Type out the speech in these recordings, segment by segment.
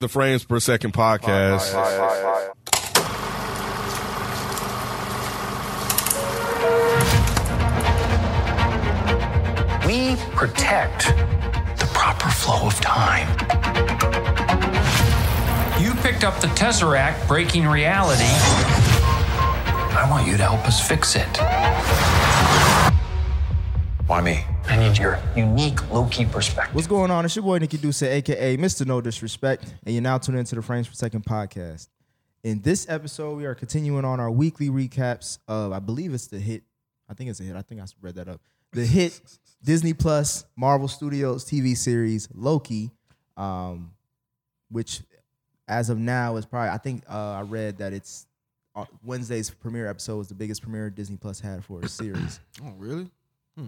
the Frames Per Second podcast. We protect the proper flow of time. You picked up the Tesseract, breaking reality. I want you to help us fix it. Why me? I need your unique Loki perspective. What's going on? It's your boy Nikki Duce, aka Mr. No Disrespect, and you're now tuned into the Frames Per Second podcast. In this episode, we are continuing on our weekly recaps of, I believe it's the hit. I think it's a hit. I think I read that up. The hit Disney Plus Marvel Studios TV series Loki, um, which as of now is probably I think uh, I read that it's uh, Wednesday's premiere episode was the biggest premiere Disney Plus had for a series. Oh, really?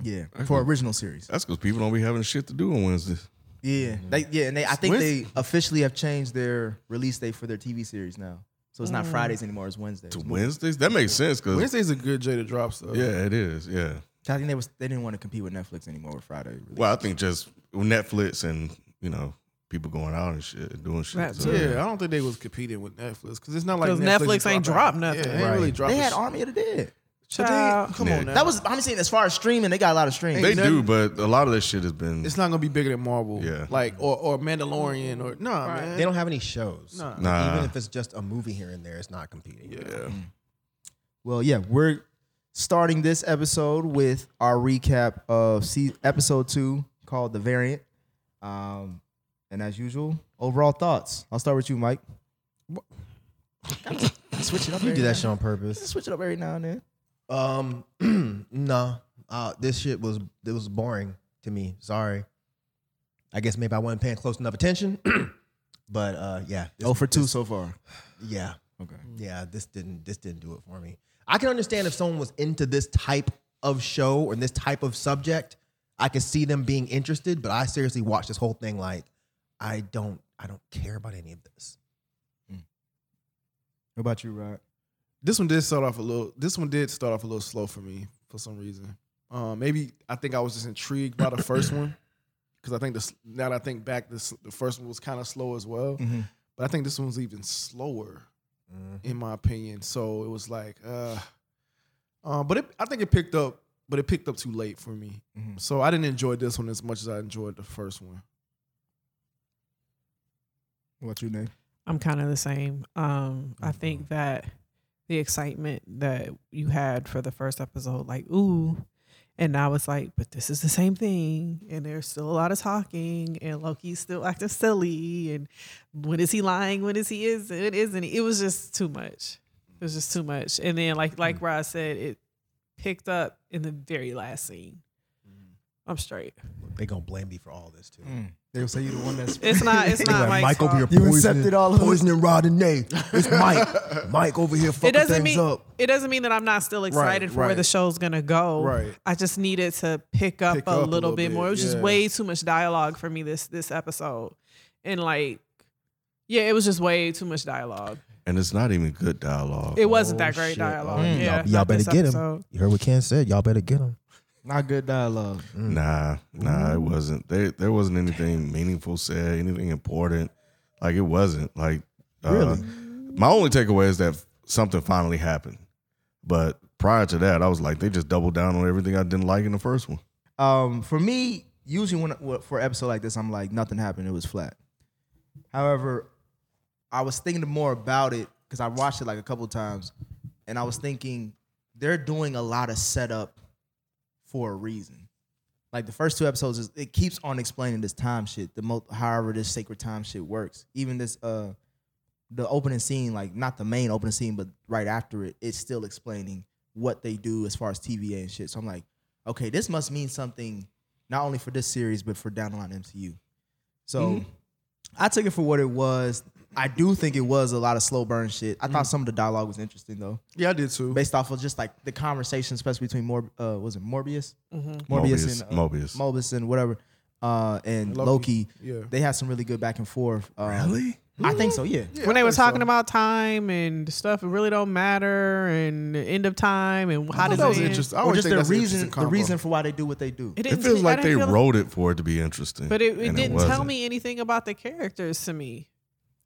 yeah, for original series. That's because people don't be having shit to do on Wednesdays. Yeah, they, yeah, and they, I think When's- they officially have changed their release date for their TV series now. So it's not Fridays anymore; it's Wednesdays. To Wednesdays? That makes sense because Wednesday's a good day to drop stuff. yeah, it is. Yeah. I think they was they didn't want to compete with Netflix anymore with Friday. Release. Well, I think just Netflix and you know people going out and shit and doing shit. so- Yeah, I don't think they was competing with Netflix because it's not like 'Cause Netflix, Netflix ain't dropped dropped nothing. Yeah, they ain't really Right. dropped. they had Army of the Dead. Child. Come on, now. That was I'm saying as far as streaming, they got a lot of streams. they do, but a lot of that shit has been. It's not gonna be bigger than Marvel. Yeah. like or or Mandalorian or no nah, man. They don't have any shows. Nah. Even if it's just a movie here and there, it's not competing. yeah. Well, yeah, we're starting this episode with our recap of se- episode two called "The Variant." Um, and as usual, overall thoughts. I'll start with you, Mike. Switch it up. You every do now- that shit on purpose. Switch it up every now and then. Um, no, uh, this shit was it was boring to me. Sorry. I guess maybe I wasn't paying close enough attention. but uh, yeah, this- Oh for two so far. yeah, Okay. yeah. This didn't this didn't do it for me. I can understand if someone was into this type of show or this type of subject, I could see them being interested. But I seriously watched this whole thing like I don't I don't care about any of this. Mm. What about you, Rod? This one did start off a little. This one did start off a little slow for me for some reason. Um, maybe I think I was just intrigued by the first one because I think this. Now that I think back, this the first one was kind of slow as well. Mm-hmm. But I think this one's even slower, in my opinion. So it was like, uh, uh, but it, I think it picked up, but it picked up too late for me. Mm-hmm. So I didn't enjoy this one as much as I enjoyed the first one. What's your name? I'm kind of the same. Um, I think that the excitement that you had for the first episode, like, ooh, and now it's like, but this is the same thing, and there's still a lot of talking, and Loki's still acting silly, and when is he lying? When is he is it isn't he? It was just too much. It was just too much. And then like like Rod said, it picked up in the very last scene. I'm straight. They gonna blame me for all this too. They'll say you're the one that's It's not it's not Mike's Mike fault. over here uh, You poisoning, accepted all of it. poisoning Rodney. It's Mike. Mike over here fucking it doesn't things mean up. it doesn't mean that I'm not still excited for where right. the show's gonna go. Right. I just needed to pick up, Pick a, up a little little bit bit, more. It was just yeah. way too much dialogue for me this this episode, and like, yeah, it was just way too much dialogue. And it's not even good dialogue. It wasn't Oh, that great shit. dialogue. Mm. Yeah, y'all, y'all not better this get him. episode. You heard what Ken said. Y'all better get him. not good dialogue. Nah, nah, it wasn't. There, there wasn't anything meaningful said, anything important. Like it wasn't. Like uh, Really? My only takeaway is that something finally happened. But prior to that, I was like, they just doubled down on everything I didn't like in the first one. Um, for me, usually when for an episode like this, I'm like nothing happened. It was flat. However, I was thinking more about it because I watched it like a couple times, and I was thinking they're doing a lot of setup for a reason. Like the first two episodes, is, it keeps on explaining this time shit. The mo- however this sacred time shit works. Even this uh, the opening scene, like not the main opening scene, but right after it, it's still explaining what they do as far as TVA and shit. So I'm like, okay, this must mean something not only for this series but for down the line MCU. So I took it for what it was. I do think it was a lot of slow burn shit. I thought some of the dialogue was interesting though, Yeah, I did too. based off of just like the conversation, especially between Mor- uh, was it Morbius, Mm-hmm. Mobius, Morbius, and uh, Mobius. Mobius and whatever, uh, and Loki. Loki, yeah. they had some really good back and forth. Um, really, I think so. Yeah, when they were talking about time and stuff, it really don't matter, and the end of time, and how does that it was end? interesting. I or always just think the that's an reason, interesting the combo. reason for why they do what they do. It, It didn't- feels I like didn't they feel wrote it for it to be interesting. but it, it and didn't tell wasn't. me anything about the characters to me.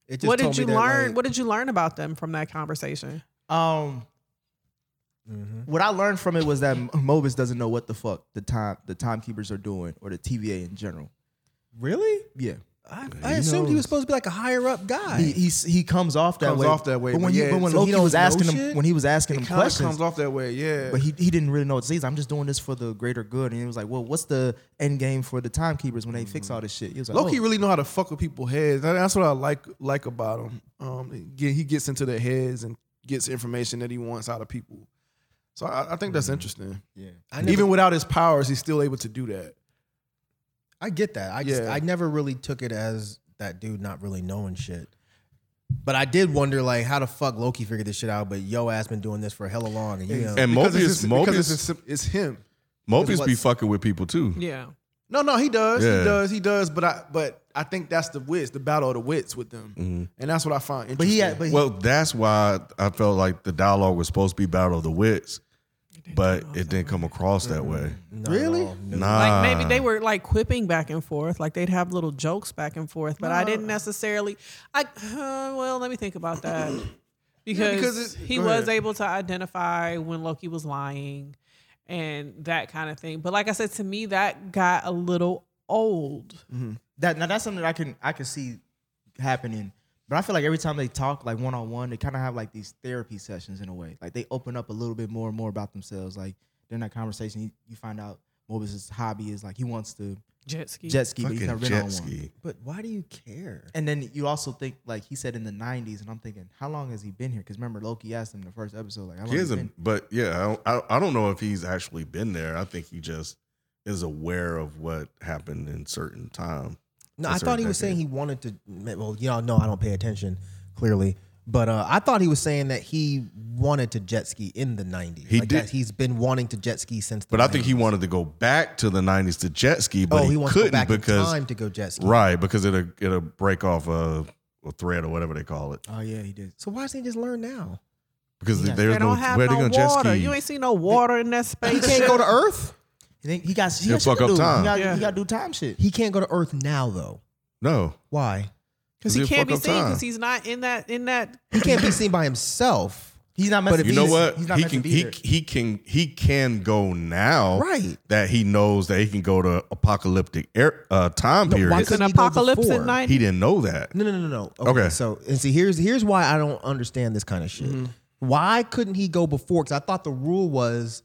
It What did told me you that, learn? like- what did you learn about them from that conversation? Um, Mm-hmm. what I learned from it was that Mobus doesn't know what the fuck the time the timekeepers are doing or the TVA in general. Really? Yeah, I, I assumed he was supposed to be like a higher up guy. he he's, he comes off that Comes way. off that way, But when but he, yeah, but when so Loki he don't was know asking him, shit? when he was asking It him kind of questions, comes off that way, yeah. but he, he didn't really know what to say. He's, I'm just doing this for the greater good. And he was like, well, what's the end game for the timekeepers when they Mm-hmm. fix all this shit? He was like, Loki oh. really know how to fuck with people's heads. That- That's what I like like about him. Um, again, he gets into their heads and gets information that he wants out of people. So I, I think that's interesting. yeah. I never, Even without his powers, he's still able to do that. I get that. I just Yeah. I never really took it as that dude not really knowing shit. But I did wonder like how the fuck Loki figured this shit out. But yo ass been doing this for hella long, and you know, And Because Mobius, it's, his- Mobius, because it's, his- it's him. Mobius be what's- fucking with people too. Yeah. No, no, he does. Yeah. He does. He does. But I but I think that's the wits, the battle of the wits with them, Mm-hmm. and that's what I find But interesting. he had, but he, Well, that's why I felt like the dialogue was supposed to be battle of the wits, but it didn't come across that way. not at Really? all. No. Nah, Like maybe Uh. they were like quipping back and forth, like they'd have little jokes back and forth, Uh. but I didn't necessarily. I uh, well, let me think about that because, because it- he go was ahead. able to identify when Loki was lying and that kind of thing. But like I said, to me that got a little old. that now that's something that I can I can see happening. But I feel like every time they talk like one on one, they kind of have like these therapy sessions in a way. Like they open up a little bit more and more about themselves. Like during that conversation, you, you find out Mobius' hobby is like he wants to Jet ski. jet ski, but he's fucking never been jet on one. ski. But why do you care? And then you also think like he said in the '90s, and I'm thinking, how long has he been here? Because remember Loki asked him in the first episode, like, how long He has he isn't, been? but yeah, I don't, I, I don't know if he's actually been there. I think he just is aware of what happened in certain time. No, a I thought he certain was saying decade. he wanted to. Well, you know, no, I don't pay attention clearly. But uh, I thought he was saying that he wanted to jet ski in the '90s. He like did. That he's been wanting to jet ski since. The But I think he 90s. wanted to go back to the '90s to jet ski, but oh, he, he wants to couldn't go back in because time to go jet ski. right because it'll it'll break off a, a thread or whatever they call it Oh yeah, he did. So why doesn't he just learn now? because Yeah. there's They no don't have where they no gonna jet water. ski. You ain't seen no water in that He space. can't go to Earth. He think he got he He'll got shit fuck to up do. time. He got, Yeah. he got to do time shit. He can't go to Earth now though. no, Why? because he He'll can't be fuck up seen time. because he's not in that in that. He can't be seen by himself. He's not But meant to if be. you know he's- what? He's not He meant can to be he here. he can he can go now. Right. That he knows that he can go to apocalyptic air, uh, time No, why periods. It's an Couldn't he go apocalypse before? at night. He didn't know that. No, no, no, no, no. Okay. Okay. So and see, here's here's why I don't understand this kind of shit. Mm-hmm. Why couldn't he go before? Because I thought the rule was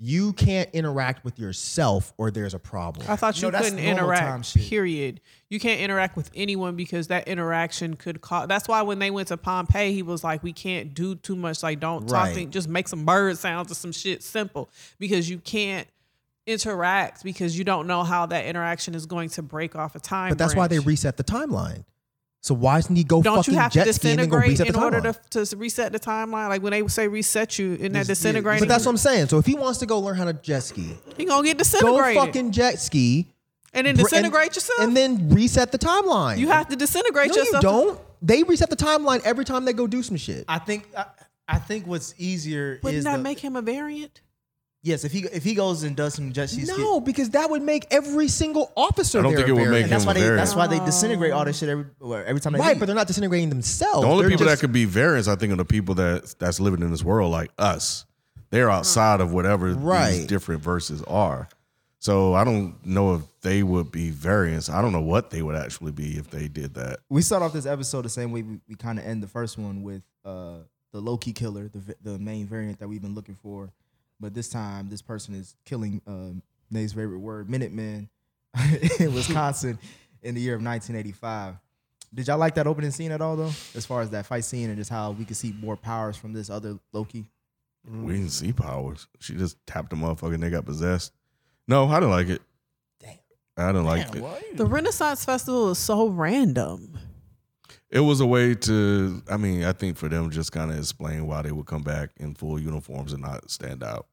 you can't interact with yourself or there's a problem. I thought you No, that's couldn't normal time interact. shit. Period. You can't interact with anyone because that interaction could cause. That's why when they went to Pompeii, he was like, "We can't do too much. Like, don't talk. Right. To, just make some bird sounds or some shit simple because you can't interact because you don't know how that interaction is going to break off a time. but that's why they branch. reset the timeline. So why doesn't he go don't fucking you have to jet ski and then go disintegrate reset the in order timeline? to, to reset the timeline? Like when they say reset you in that There's- yeah, disintegrating, but that's what I'm saying. So if he wants to go learn how to jet ski, he gonna get go disintegrated fucking jet ski. and then br- disintegrate and, yourself. and then reset the timeline. you have to disintegrate no, yourself. you don't. They reset the timeline every time they go do some shit. I think I, I think what's easier Wouldn't is that the- make him a variant? yes if he if he goes and does some jet ski skit- No, because that would make every single officer. I don't there think it a would variant. make and that's him why a they variant. that's why they disintegrate all this shit every well, every time they Right, leave. but they're not disintegrating themselves. The only Oh, They're people that just- could be variants, I think, are the people that that's living in this world, like us. They're outside of whatever Right. these different verses are. So I don't know if they would be variants. I don't know what they would actually be if they did that. we start off this episode the same way we, we kind of end the first one with uh the low key killer, the vi- the main variant that we've been looking for, but this time this person is killing um Nate's favorite word, Minutemen, in Wisconsin, in the year of 1985. Did y'all like that opening scene at all though? As far as that fight scene and just how we could see more powers from this other Loki. We didn't see powers. She just tapped the motherfucker and they got possessed. No, I didn't like it. Damn. I didn't like it. The Renaissance Festival is so random. It was a way to, I mean, I think for them just kind of explain why they would come back in full uniforms and not stand out.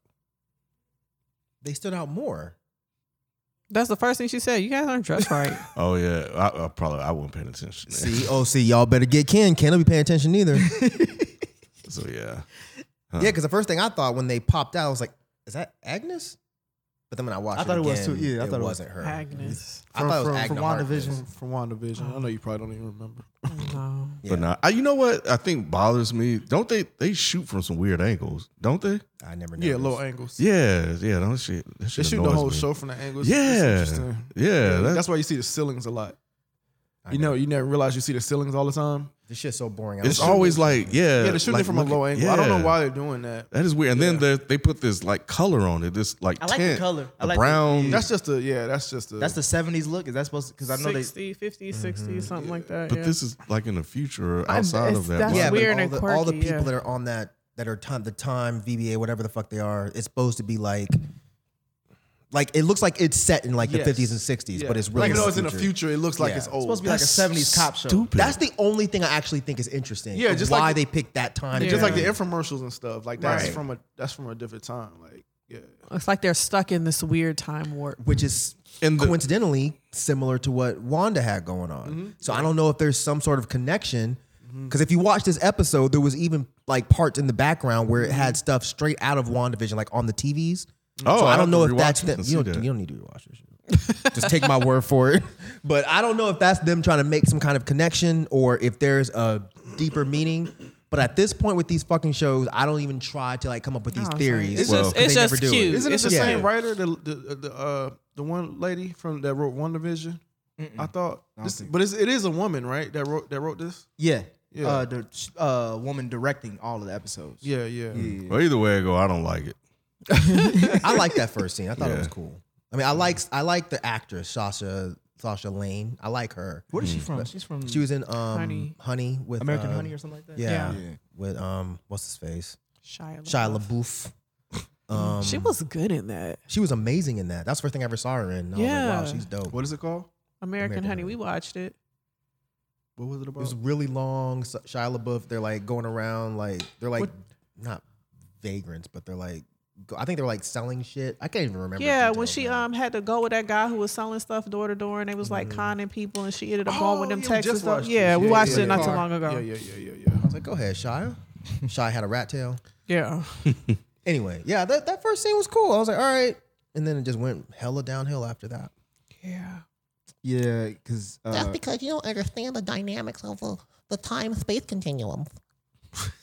they stood out more. That's the first thing she said. You guys aren't dressed right. Oh yeah, I, I probably I wasn't paying attention. See, oh, see, y'all better get Ken. Ken will be paying attention either. Uh-huh. yeah, So yeah, because the first thing I thought when they popped out, I was like, "Is that Agnes?" But then when I watched I it, thought it was again, too- yeah, I thought it was- wasn't her. Agnes. I thought it was from Agnes WandaVision. from WandaVision. I know you probably don't even remember. No. But now, I, you know what I think bothers me? Don't they? They shoot from some weird angles, don't they? I never knew. Yeah, low angles. Yeah, yeah. That shit. That They shit shoot the annoys whole me. show from the angles. Yeah, It's interesting. yeah. that's, That's, why you see the ceilings a lot. I You know, you never realize you see the ceilings all the time. This shit's so boring. I it's was- always like yeah. Yeah, they're shooting like, it from a look- low angle. I don't know yeah. why they're doing that. That is weird. And then then they put this like color on it. This like I like the tint, color. I a like the- brown. That's just a yeah. That's just a That's the '70s look. Is that supposed? Because Oh, I know they. 60, 50, 60, something like that. but yeah. this is like in the future or I- outside it's- of that. that's line. yeah, weird but all and the, all the quirky, people yeah. that are on that that are time, the time VBA whatever the fuck they are, it's supposed to be like, like it looks like it's set in like Yes. the 50s and 60s, yeah. but it's really like no, it's in the future. It looks like Yeah. it's It's old. supposed to be like a '70s cop show. Stupid. That's the only thing I actually think is interesting. Yeah, of just why like- they picked that time. Yeah. just like the period. infomercials and stuff. Like that's Right. from a that's from a different time. Like yeah, it's like they're stuck in this weird time warp. which is And the- coincidentally similar to what Wanda had going on. Mm-hmm. So I don't know if there's some sort of connection. Because if you watch this episode, there was even like parts in the background where it had stuff straight out of WandaVision, like on the TVs. Mm-hmm. Oh, so I'll I have don't to know if rewatch that's it them. and You don't, see that. you don't need to rewatch this shit. Just take my word for it. But I don't know if that's them trying to make some kind of connection or if there's a deeper meaning. But at this point with these fucking shows, I don't even try to like come up with these No, sorry. theories. Oh, It's just- 'cause they it's just never do it. cute. isn't it It's the just- same Yeah. writer? The the the, uh, the one lady from that wrote One Division. I thought, this, but it's, it is a woman, right? That wrote that wrote this. Yeah. Yeah. Uh, the uh, woman directing all of the episodes. Yeah, yeah. well, either way I go, I don't like it. I like that first scene. I thought it was Yeah. cool. I mean, I like I like the actress Sasha Sasha Lane. I like her. Where is Mm. she from? She's from She was in um, Honey. Honey. with American uh, Honey or something like that. Yeah, Yeah. Um, Yeah. with um, what's his face? Shia. Shia LaBeouf. LaBeouf. Um, she was good in that. she was amazing in that. That's the first thing I ever saw her in. I yeah, was like, wow, Yeah. she's dope. What is it called? American, American Honey. Honey. We watched it. What was it It about? was really long. Sa- Shia LaBeouf. They're like going around like they're like not vagrants, but they're like go- I think they're like selling shit. I can't even remember. Yeah, the when details she now. um had to go with that guy who was selling stuff door to door, and they was like conning people, and she ended up going Oh, with them yeah, we Texas just stuff. watched Yeah, this. we Yeah, watched yeah, it not yeah. too long ago. yeah, yeah, yeah, yeah, I was like, go ahead, Shia. Shia had a rat tail. Yeah. Anyway, yeah, that, that first scene was cool. I was like, all right. And then it just went hella downhill after that. Yeah. Yeah, uh, because That's Uh, because you don't understand the dynamics of the, the time space continuum.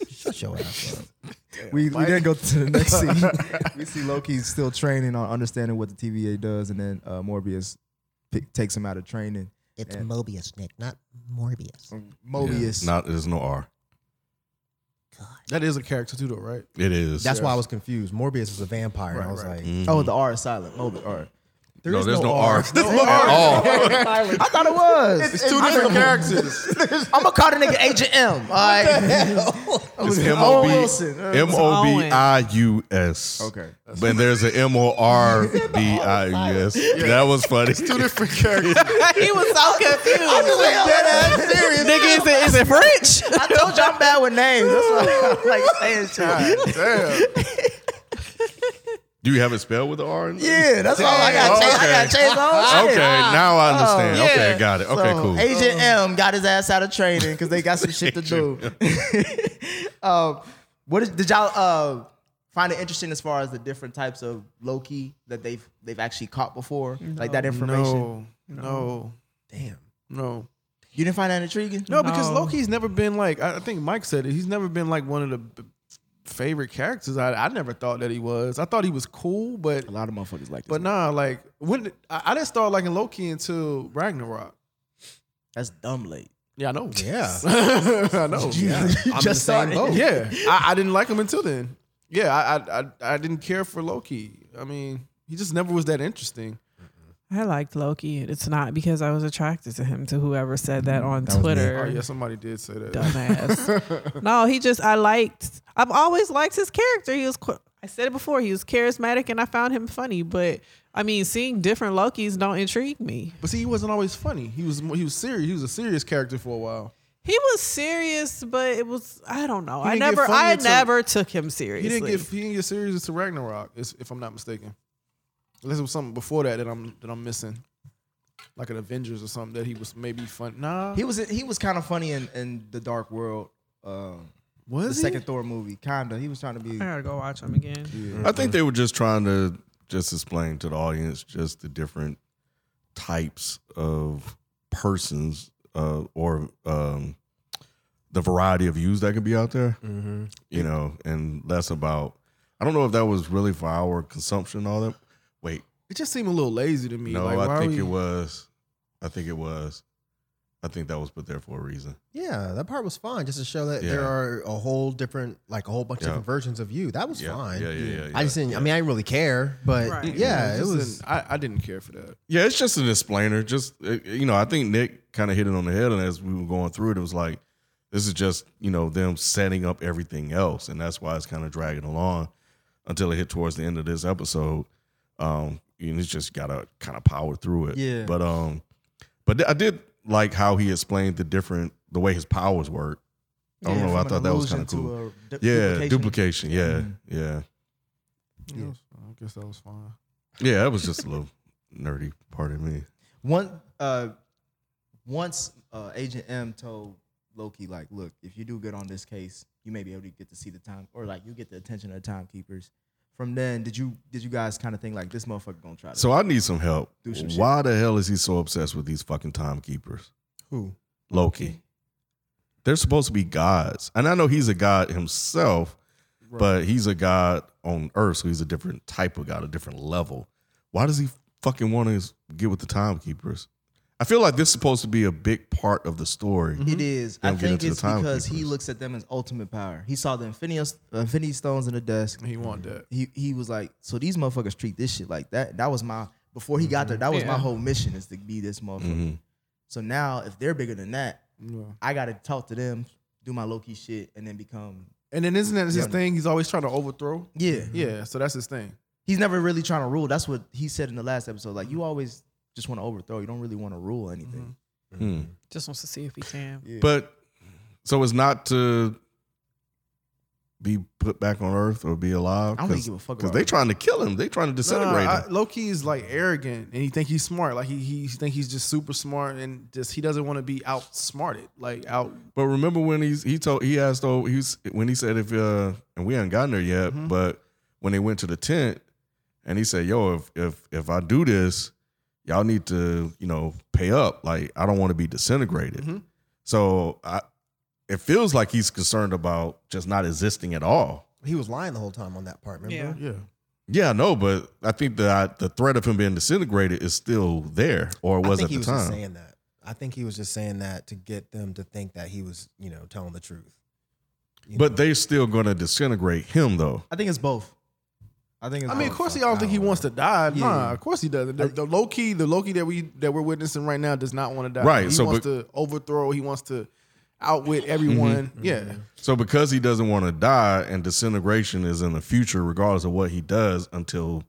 Shut your ass up. we, we then go to the next scene. we see Loki's still training on understanding what the TVA does, and then uh, Morbius pick, takes him out of training. It's Yeah. Mobius, Nick, not Morbius. Oh, Mobius. Not there's no R. That is a character too, though, right? It is. That's why I was confused. Morbius is a vampire. and I Right, was right. like, Oh, the R is silent. Mobius. All right. there no, is there's no, R. No At all. I thought it was. It's two different characters. I'm gonna call the nigga Agent M. All right. It's Owen Wilson. Uh, M O B I U S. Okay. But there's an M O R B I U S. That was funny. It's two different characters. he was so confused. oh, Nigga, is it, is it French? I told you I'm bad with names. That's why I'm like saying shit. Do you have it spelled with an R? In it? Yeah, that's all I got. Okay. I got to change my whole Okay, shit. now I understand. Oh, okay, yeah. got it. Okay, So, cool. Agent M got his ass out of training because they got some shit to do. um, what is, did y'all uh, find it interesting as far as the different types of Loki that they've they've actually caught before? Like that information. No, no, Damn. no. You didn't find that intriguing? No, because No. Loki's never been like I I think Mike said it. He's never been like one of the b- favorite characters. I, I never thought that he was. I thought he was cool, but A lot of motherfuckers like this. but nah, like when I, I didn't start liking Loki until Ragnarok. that's dumb late. Yeah, I know. Yeah. I know. Yeah, I'm just saying. started. yeah. I, I didn't like him until then. Yeah, I, I I I didn't care for Loki. I mean, he just never was that interesting. I liked Loki, and it's not because I was attracted to him. To whoever said that on was me. Twitter, Oh yeah, somebody did say that. dumbass. no, he just I liked. I've always liked his character. He was. qu- I said it before. He was charismatic, and I found him funny. But I mean, seeing different Lokis don't intrigue me. But see, he wasn't always funny. He was he was serious. He was a serious character for a while. He was serious, but it was I don't know. I didn't get never funny I until- never took him He seriously. didn't get he didn't get serious until Ragnarok, is- if I'm not mistaken. Unless it was something before that that I'm that I'm missing, like an Avengers or something that he was maybe fun. Nah, He was he was kind of funny in, in the Dark World, um, was the he? second Thor movie. Kinda, he was trying to be. I gotta go watch him again. I think they were just trying to just explain to the audience just the different types of persons uh, or um, the variety of views that could be out there. Mm-hmm. You know, and less about. I don't know if that was really for our consumption. All that. Wait, It just seemed a little lazy to me. no, like, why I are think we- it was. I think it was. I think that was put there for a reason. Yeah, that part was fine, just to show that there Yeah. are a whole different, like a whole bunch of Yeah. different versions of you. That was Yeah, fine. yeah, yeah, yeah, I just didn't. I mean, I didn't really care, but Right. yeah, it just was. didn't- I, I didn't care for that. Yeah, it's just an explainer. Just uh, you know, I think Nick kind of hit it on the head, and as we were going through it, it was like this is just you know them setting up everything else, and that's why it's kind of dragging along until it hit towards the end of this episode. Um, and it's just gotta kind of power through it. Yeah. But um, but th- I did like how he explained the different the way his powers work. I don't know. I thought that was kind of cool. yeah, duplication. Yeah, yeah, Yeah. I guess that was fine. yeah. That was just a little nerdy part of me. One uh, once uh, Agent M told Loki, like, look, if you do good on this case, you may be able to get to see the time, or like you get the attention of the timekeepers. From then, did you did you guys kind of think like this motherfucker gonna try to? So I need some help. Do some shit. Why the hell is he so obsessed with these fucking timekeepers? Who? Loki. They're supposed to be gods. And I know he's a god himself, but he's a god on earth, so he's a different type of god, a different level. Why does he fucking want to get with the timekeepers? I feel like this is supposed to be a big part of the story. It is. They I don't Mm-hmm. get think into the it's because he timekeepers. looks at them as ultimate power. He saw the Infinity, Infinity Stones in the desk. He wanted that. He he was like, so these motherfuckers treat this shit like that. That was my before he got there. Mm-hmm. That was my Yeah. whole mission is to be this motherfucker. So now if they're bigger than that, Yeah. I got to talk to them, do my Loki shit, and then become. And then isn't that his Yeah. thing? He's always trying to overthrow. Yeah, Yeah, so that's his thing. He's never really trying to rule. That's what he said in the last episode. Like you always just want to overthrow. You don't really want to rule anything. Hmm. Just wants to see if he can. But so it's not to be put back on earth or be alive. I don't really give a fuck Because about they it. trying to kill him. They trying to disintegrate him. Low key is like arrogant, and he think he's smart. Like he he think he's just super smart, and just he doesn't want to be outsmarted. Like out. But remember when he's he told he asked oh he's when he said if uh and we haven't gotten there yet, Mm-hmm. but when they went to the tent and he said, Yo, if if if I do this, y'all need to, you know, pay up. Like I don't want to be disintegrated. Mm-hmm. mm-hmm. So I it feels like he's concerned about just not existing at all. He was lying the whole time on that part. Remember? Yeah. Yeah. Yeah, no, but I think that the threat of him being disintegrated is still there, or I was at think he the was time. just saying that. I think he was just saying that to get them to think that he was, you know, telling the truth. You But know? they're still going to disintegrate him, though. I think it's both. I think it's. I mean, both. of course, he. I don't think he wants to die. Yeah. Nah, of course he doesn't. The, the low key, the low key that we that we're witnessing right now does not want to die. Right, He so wants to overthrow. He wants to outwit everyone. Yeah. So because he doesn't want to die and disintegration is in the future, regardless of what he does until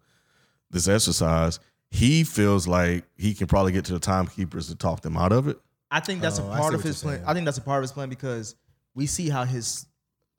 this exercise, he feels like he can probably get to the timekeepers to talk them out of it. I think that's Oh, a I part of see what his you're plan. saying. I think that's a part of his plan because we see how his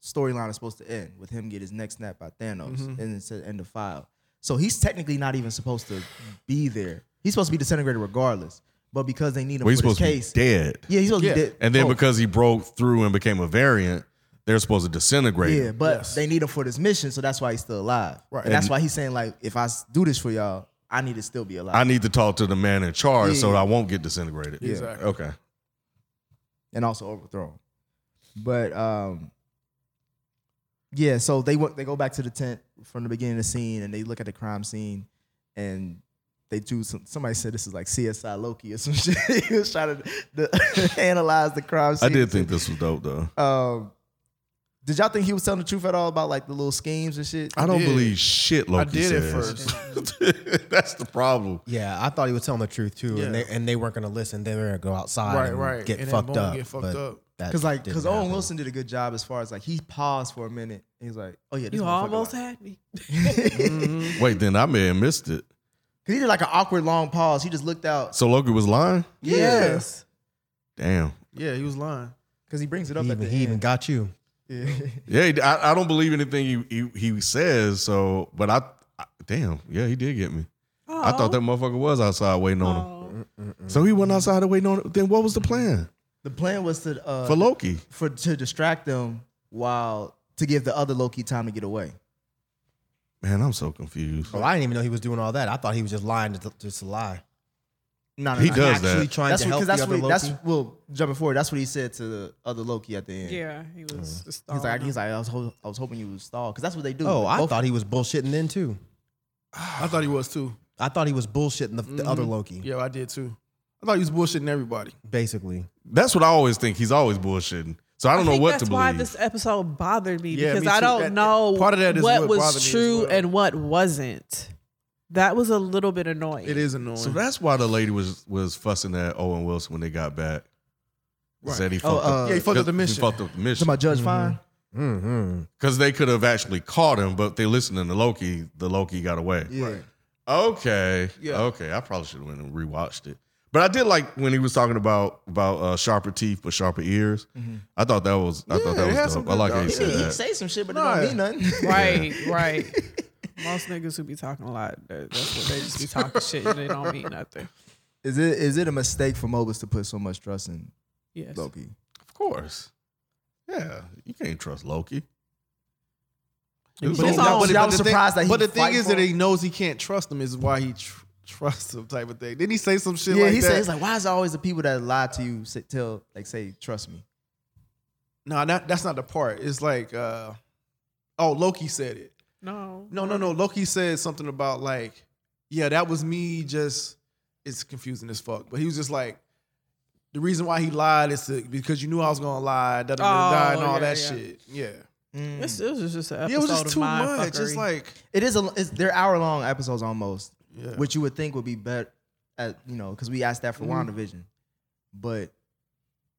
storyline is supposed to end with him get his neck snapped by Thanos and it's the end of file. So he's technically not even supposed to be there. He's supposed to be disintegrated regardless. But because they need him Well, he's for this supposed to case, be dead. yeah, Oh. he's supposed Yeah. to be dead. And then because he broke through and became a variant, they're supposed to disintegrate. Yeah, him. but Yes. they need him for this mission, so that's why he's still alive. Right, and that's why he's saying like, if I s- do this for y'all, I need to still be alive. I need to talk to the man in charge so I won't get disintegrated. Exactly. Okay. and also overthrown. But um, yeah, so they went, they go back to the tent from the beginning of the scene, and they look at the crime scene, and they do some. Somebody said this is like CSI Loki or some shit. he was trying to the, analyze the crime I scene. did think this was dope though. Um, did y'all think he was telling the truth at all about like the little schemes and shit? I don't did. believe shit Loki did at says. first. That's the problem. yeah, I thought he was telling the truth too, and Yeah. they and they weren't going to listen. They were going to go outside, Right, and right. get And then fucked boom, up. get fucked but up. that Cause like, didn't cause Owen happen. Wilson did a good job as far as like he paused for a minute. and He's like, oh yeah, this You motherfucker almost lied. had me. Mm-hmm. Wait, then I may have missed it. Cause he did like an awkward long pause. He just looked out. So Loki was lying? Yes. Damn. Yeah, he was lying. Cause he brings it up He at the even, he even end. got you. Yeah, he- I, I don't believe anything he, he he says. So, but I, I damn, yeah, he did get me. I thought that motherfucker was outside waiting on him. Oh. So he went outside waiting on him. Then what was the plan The plan was to for uh, for, Loki? to distract them while to give the other Loki time to get away. Man, I'm so confused. Well, I didn't even know he was doing all that. I thought he was just lying to, just to lie. No, no, He no. does actually that. trying That's to because help you that's other what he- that's Loki? well jumping forward. That's what he said to the other Loki at the end. Yeah, he Mm. was. the star He's like, now. he's like, I was, ho- I was hoping you would stall because that's what they do. Oh, I Both- thought he was bullshitting then too. I thought he was too. I thought he was bullshitting the, the other Loki, Mm-hmm. Yeah, I did too. I thought he was bullshitting everybody. basically. That's what I always think. He's always bullshitting. So I don't know think what that's to why believe. this episode bothered me Yeah, because me I too. don't That- know part of that is what, what bothered me was as true well. and what wasn't. That was a little bit annoying. It is annoying. so that's why the lady was was fussing at Owen Wilson when they got back. Right. Said he fucked Oh, up. uh, Yeah, he fucked up the mission. He fucked up the to mission. my judge fine. Mm-hmm. Because they could have actually caught him, but they listening to Loki. The Loki got away. Yeah, Okay. Yeah. Okay. I probably should have went and rewatched it. But I did like when he was talking about about uh, sharper teeth but sharper ears. I thought that was I Yeah, thought it that had was some dope. I like good how he dialogue. said he that. say some shit, but Nah. it don't mean nothing. Right, right. Most niggas who be talking a lot, that- that's what they just be talking shit. and They don't mean nothing. Is it is it a mistake for Mobus to put so much trust in Yes. Loki? Of course. Yeah. You can't trust Loki. But It was it's over. all- but, Y'all but the surprised thing, that he But the fight thing is for that him? he knows he can't trust him. Is why he tr- trusts him type of thing. Didn't he say some shit yeah, like he that? said it's like why is it always the people that lie to you say, tell like say trust me? no, that, that's not the part. It's like, uh, oh, Loki said it. No. No, no, no. Loki said something about like, yeah, that was me. Just it's confusing as fuck. But he was just like, the reason why he lied is to, because you knew I was gonna lie, da da da, da, Oh, and all yeah, that yeah. shit. Yeah, This, this was just an episode yeah. It was just of too much. mindfuckery. It's like, It is a it's, they're hour long episodes almost, yeah. which you would think would be better, at, you know, because we asked that for Mm-hmm. WandaVision, but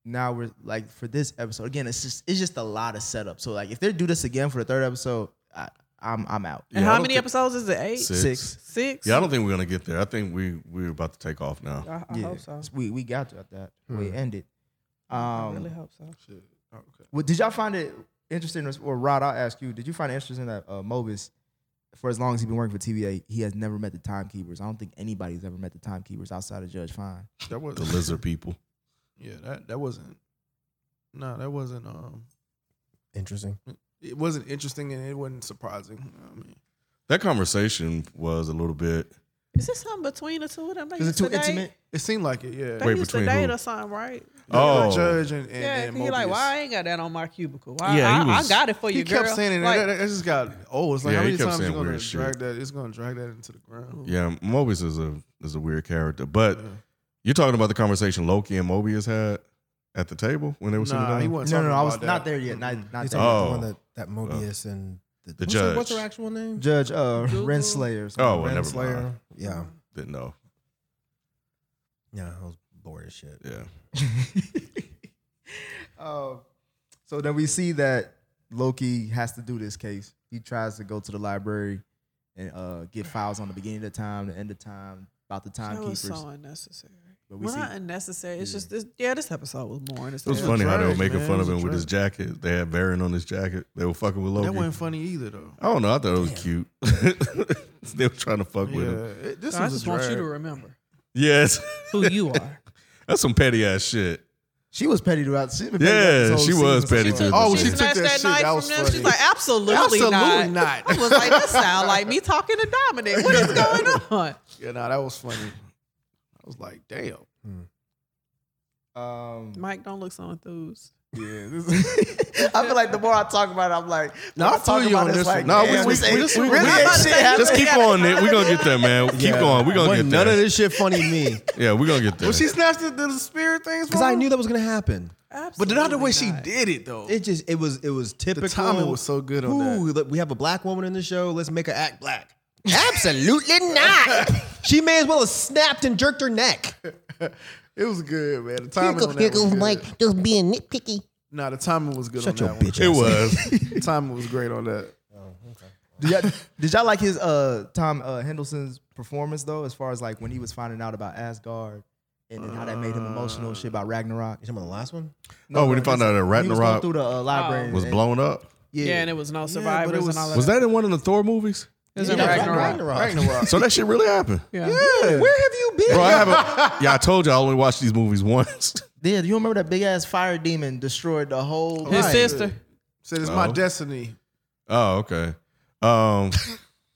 now we're like for this episode again. It's just it's just a lot of setup. So like if they do this again for the third episode, I, I'm I'm out. Yeah, and I how don't many thi- episodes is it? Eight, six. Six. Yeah, I don't think we're gonna get there. I think we we're about to take off now. I, I hope so. Hmm. We we got to at that. We end it. I Um, really hope so. Oh, well, did y'all find it interesting? Or Rod, I'll ask you. Did you find it interesting that uh, Mobus, for as long as he's been working for TVA, he has never met the timekeepers. I don't think anybody's ever met the timekeepers outside of Judge Fine. that was The lizard people. Yeah, that that wasn't. No, that wasn't. Um, Interesting. it wasn't interesting and it wasn't surprising. You know what I mean, That conversation was a little bit Is this something between the two of them? They Is it used too to date? intimate? it seemed like it. Yeah. They Wait, used to between date who? or something, right? Oh. Oh, judge and, and, Yeah, and he like, Mobius. why I ain't got that on my cubicle? Why? Yeah, I, he was- I got it for you, He kept girl. saying it. Like, that, that just got old. It's like Yeah, how he many kept times you saying gonna drag weird shit. that? It's gonna drag that into the ground. Yeah, Mobius is a is a weird character. But you're talking about the conversation Loki and Mobius had at the table when they were sitting Nah, down. he wasn't. No, no, talking no, I was about that. not there yet. Not, not He's there. talking Oh. about the one that, that Mobius and the, what's Her, judge. what's her actual name? Judge uh, Renslayer. or something. oh, well, never mind. Renslayer. Yeah. Didn't know. Yeah, I was bored as shit. Yeah. Uh, so then we see that Loki has to do this case. He tries to go to the library and uh, get files on the beginning of the time, the end of time, about the that was timekeepers. so unnecessary. But we Well, see- not unnecessary. It's just this. Yeah, this episode was boring. It was funny how they were drag, making man. fun It of was him a with his jacket. They had Baron on his jacket. They were fucking with Loki. That wasn't funny either, though. I don't know. I thought it was cute. they were trying to fuck Yeah, with him. it- this I was a just want you drag. to remember Yes. who you are. That's some petty ass shit. She was petty throughout. She's been petty Yeah, throughout this whole she was season. petty too. Oh, when she took snatched that shit, that was funny. She's like, absolutely, Absolutely not. not. I was like, that sound like me talking to Dominic. What is going on? Yeah, nah, that was funny. I was like, damn. Um, Mike, don't look so enthused. yeah, this- I feel like the more I talk about it, I'm like, No, I when feel talk you about on it, this it's one. Like, No, we- damn, we- this ain't- we- this we- really we- ain't I'm shit about to say, happening. Just keep on it. We're gonna get there, man. Keep going. We're gonna Wasn't get none of there. this shit funny to me. Yeah, we're gonna get there. When she snatched the, the spirit things, Because I knew that was gonna happen. but not the Absolutely way she not. did it though. It just it was it was typical. timing was so good on that. Ooh, look, we have a black woman in the show. Let's make her act black. Absolutely not. she may as well have snapped and jerked her neck. It was good, man. The Here timing goes, on here that was goes good. Mike just being nitpicky. Nah, the timing was good Shut on your that bitch. it ass up. was. one. The timing was great on that. Did y'all, did y'all like his uh Tom uh, Henderson's performance though, as far as like when he was finding out about Asgard and then how that made him emotional and shit about Ragnarok? You talking about the last one? Oh, when he found out that He was going Ragnarok through the uh, library was and- blown up. Oh. Yeah, and it was no but it survivors was- and all of Was that in one of the Thor movies? It was in Yeah, Ragnarok. Ragnarok. Ragnarok. So that shit really happened. Yeah. Where have you been? Bro, I haven't. Yeah, I told you I only watched these movies once. Yeah, you remember that big ass fire demon destroyed the whole. His Right. sister. Said it's my No. destiny. Oh, okay. Um,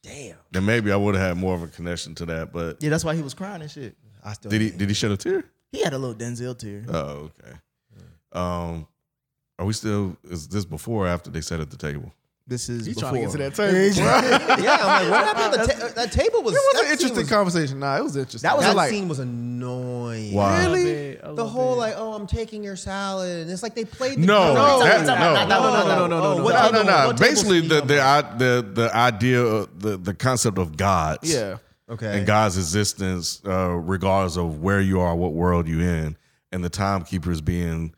damn. Then maybe I would have had more of a connection to that. But Yeah, that's why he was crying and shit. I still did he hate it. did he shed a tear? He had a little Denzel tear. Oh, okay. Um, are we still? Is this before or after they sat at the table? This is You before. trying to get to that table? bro. Yeah, I'm like, what happened? at The ta- that table was. It was that an interesting Scene was, conversation. Nah, it was interesting. that was I that like, scene was annoying. Wow. A Really? little bit, a The little whole bit. like, oh, I'm taking your salad, and it's like they played. The No, no, that- no, no. no, no, no, What No, no, table- no. what table Basically, speak the I'm the, on? i- the the idea, of the the concept of gods, yeah. okay. and God's existence, uh, regardless of where you are, what world you in, and the timekeepers being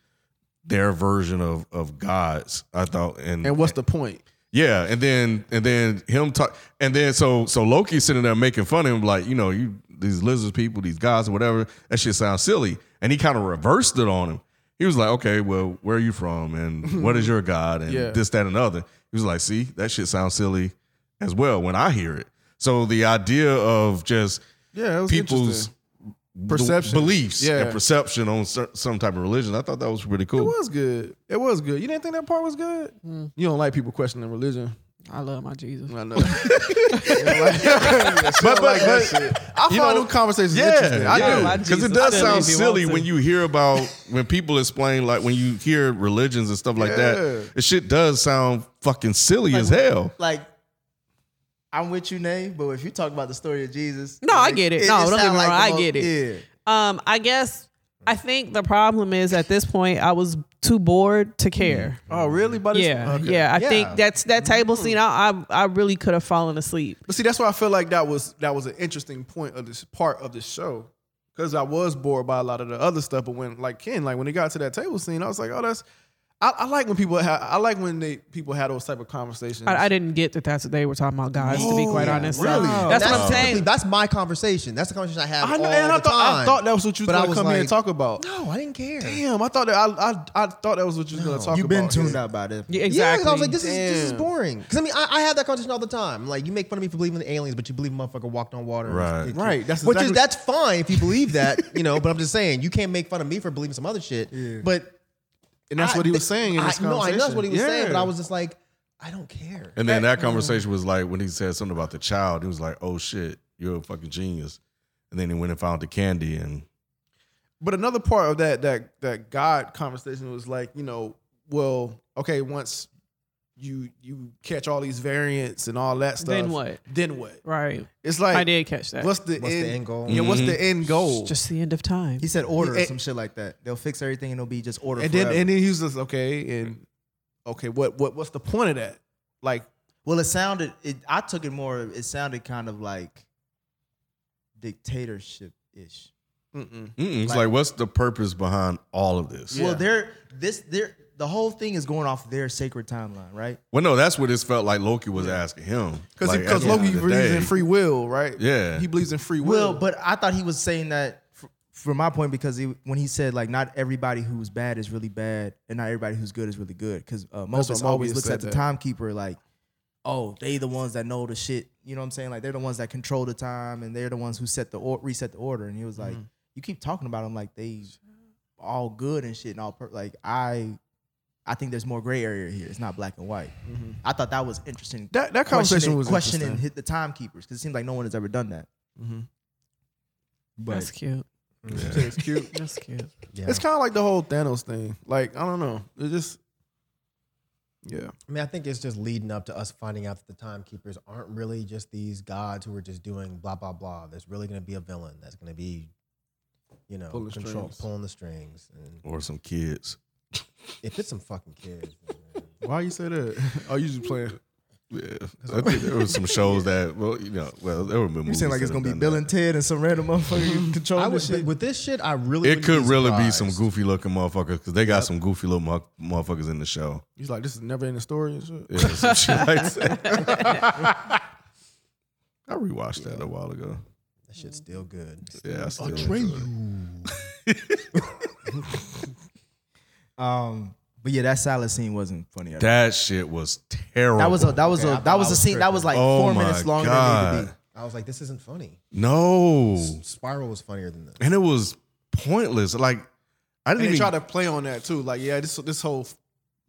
their version of of gods. I thought, and And what's the point? yeah, and then and then him talk, and then so so Loki sitting there making fun of him, like you know you these lizards people, these guys or whatever. That shit sounds silly, and he kind of reversed it on him. He was like, okay, well, where are you from, and what is your god, and Yeah. this, that, and the other. He was like, see, that shit sounds silly as well when I hear it. So the idea of just Yeah, it was people's interesting. Perceptions. beliefs, Yeah. and perception on cer- some type of religion, I thought that was pretty It cool. was good. It was good. You didn't think that part was good? You don't like people questioning religion. I love my Jesus. Hmm. I know. You don't like- Yeah, she don't like that shit. I you find know- them conversations interesting. Yeah, I do. My because it Jesus does silly sound if you silly want to. when you hear about when people explain like when you hear religions and stuff like Yeah. that. It shit does sound fucking silly as hell. Like, I'm with you, Nay, but if you talk about the story of Jesus. No, I get it. No, don't get me sound wrong, the I most- get it. Yeah. Um, I guess I think the problem is at this point I was too bored to care. Oh, really? But Yeah, yeah. I Yeah. think that's that table scene. I I, I really could have fallen asleep. But see, that's why I feel like that was that was an interesting point of this part of this show. Cause I was bored by a lot of the other stuff, but when like Ken, like when it got to that table scene, I was like, oh, that's I, I like when people have I like when they people had those type of conversations. I, I didn't get that that's what they were talking about, guys. to be quite honest, So really? that's, what I'm typically- saying. That's my conversation. That's the conversation I have. I know, all and I the thought I time. thought that was what you was But I gonna was come here and like, talk about. No, I didn't care. Damn, I thought that I I, I thought that was what you was gonna talk You've about. been tuned out by this. Yeah, Yeah, exactly. 'cause I was like, this is this is Damn. boring. Because I mean, I, I have that conversation all the time. Like, you make fun of me for believing in aliens, but you believe a motherfucker walked on water. Right. Right, that's which is exactly- that's fine if you believe that, you know. But I'm just saying, you can't make fun of me for believing some other shit. But And that's I- what he was th- saying in I, this no, I conversation. know that's what he was saying, but Yeah. I was just like, I don't care. And then mm. that conversation was like when he said something about the child. He was like, "Oh shit, you're a fucking genius." And then he went and found the candy and But another part of that that that God conversation was like, you know, well, okay, once you you catch all these variants and all that stuff, Then what? Then what? right. It's like I did catch that. What's the What's end, the end goal? Yeah, what's Mm-hmm. the end goal? It's just the end of time. He said order or Yeah, some it- shit like that. They'll fix everything and it'll be just order and then forever. and then he was just okay, and okay, what what what's the point of that? Like, well, it sounded. It, I took it more. It sounded kind of like dictatorship ish. Mm-mm. mm-mm. it's Like- like, "What's the purpose behind all of this?" Yeah. Well, they're this. They're the whole thing is going off their sacred timeline, right? Well, no, that's what it felt like. Loki was asking him because Like, at because the Loki end of the believes day- in free will, right? Yeah. he believes in free will. Well, but I thought he was saying that for, for my point because he, when he said like not everybody who's bad is really bad, and not everybody who's good is really good, because uh, Moses what always Mobius looks said at the that. timekeeper like, oh, they the ones that know the shit. You know what I'm saying? Like they're the ones that control the time, and they're the ones who set the or- reset the order. And he was like, Mm-hmm. you keep talking about them like they all good and shit and all per- like I. I think there's more gray area here. It's not black and white. Mm-hmm. I thought that was interesting. That- that conversation Questioning- was questioning interesting. hit the timekeepers because it seems like no one has ever done that. that's cute. it's cute. That's cute. It's kind of like the whole Thanos thing. Like I don't know. It just yeah. I mean, I think it's just leading up to us finding out that the timekeepers aren't really just these gods who are just doing blah blah blah. There's really going to be a villain that's going to be, you know, Pulling control, strings. pulling the strings. And or some kids. if it's some fucking kids, man. Why you say that? Oh, you just playing. Yeah, I think there was some shows that well, you know, well, there were You movies. saying like it's that have gonna done be Bill that. and Ted and some random motherfucker I controlling would, this shit? with this shit, I really It wouldn't could really be some surprised. goofy looking motherfuckers because they got some goofy little mo- motherfuckers in the show. He's like, this is never in the story and shit. Yeah, some shit like that. I rewatched that a while ago. That shit's still good. Yeah, I still enjoy it. um, but yeah, that salad scene wasn't funny. At all. That shit was terrible. That was a that was Okay, I a thought that I was a was scene that was like Oh four my minutes longer than it needed God. to be. I was like, this isn't funny. no, Spiral was funnier than this. and it was pointless. Like I didn't And they even try to play on that too. Like, yeah, this this whole f-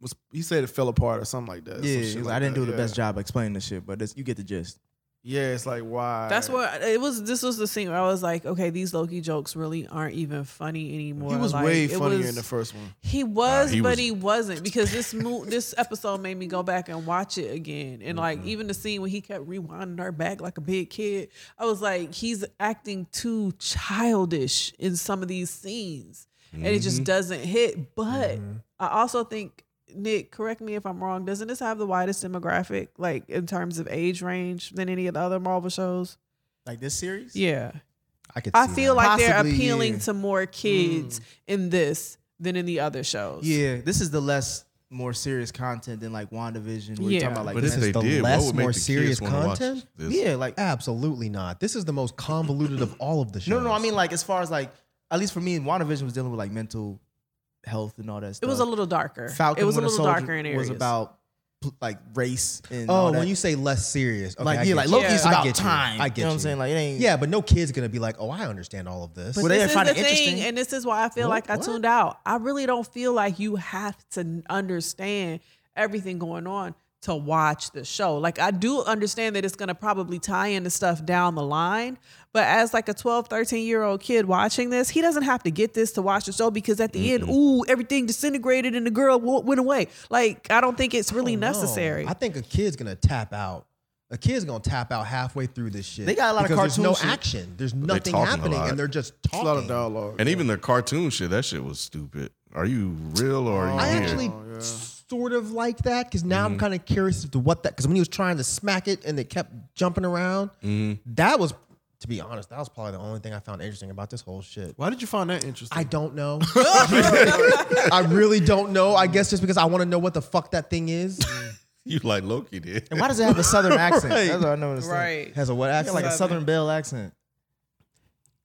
was he said it fell apart or something like that. Some Yeah, he shit was like like, I didn't that, do the yeah. best job explaining this shit, but this, you get the gist. Yeah, it's like why? That's what it was. This was the scene where I was like, okay, these Loki jokes really aren't even funny anymore. he was Like, way it funnier was- in the first one. He was, he but was- he wasn't because this mo- this episode made me go back and watch it again. And Mm-hmm. like even the scene when he kept rewinding her back like a big kid, I was like, he's acting too childish in some of these scenes, and it Mm-hmm. just doesn't hit. But I also think Nick, correct me if I'm wrong. Doesn't this have the widest demographic, like in terms of age range, than any of the other Marvel shows? Like this series? Yeah, I could. I see feel that. like they're Possibly, appealing yeah. to more kids in this than in the other shows. Mm. Yeah. This is the less more serious content than like WandaVision. We're Yeah. talking about like But if men's they the did, less, what would more make the serious kids want to watch content? this? Yeah, like Absolutely not. This is the most convoluted of all of the shows. no, no. I mean, like as far as like at least for me, WandaVision was dealing with like mental health and all that It stuff. was a little darker. Falcon it was a Winter little Soldier darker in Was areas. about pl- like race and all oh, that. when you say less serious, okay, I like get yeah, like you. Loki's Yeah. I about get you. time. I get you know what you. I'm saying? Like it ain't. yeah, but no kid's gonna be like, oh, I understand all of this. But But they this didn't find is it the thing, interesting. and this is why I feel What? like I What? tuned out. I really don't feel like you have to understand everything going on to watch the show. Like I do understand that it's going to probably tie into stuff down the line, but as like a 12, 13 year old kid watching this, he doesn't have to get this to watch the show because at the end, ooh, everything disintegrated and the girl w- went away. Like I don't think it's really Oh, no. necessary. I think a kid's gonna tap out. A kid's gonna tap out halfway through this shit. They got a lot of because cartoon There's no shit. action. There's they nothing talking a happening, lot. and they're just It's talking. a lot of dialogue. And even the cartoon shit, that shit was stupid. Are you real or are you I here? actually Oh, yeah. sort of like that because now Mm-hmm. I'm kind of curious as to what that. Because when he was trying to smack it and it kept jumping around, Mm-hmm. that was, to be honest, that was probably the only thing I found interesting about this whole shit. why did you find that interesting? I don't know. I really don't know. I guess just because I want to know what the fuck that thing is. You like Loki did. And why does it have a southern accent? Right. That's what I noticed. right. Has a what It got accent? like a Southern Belle accent.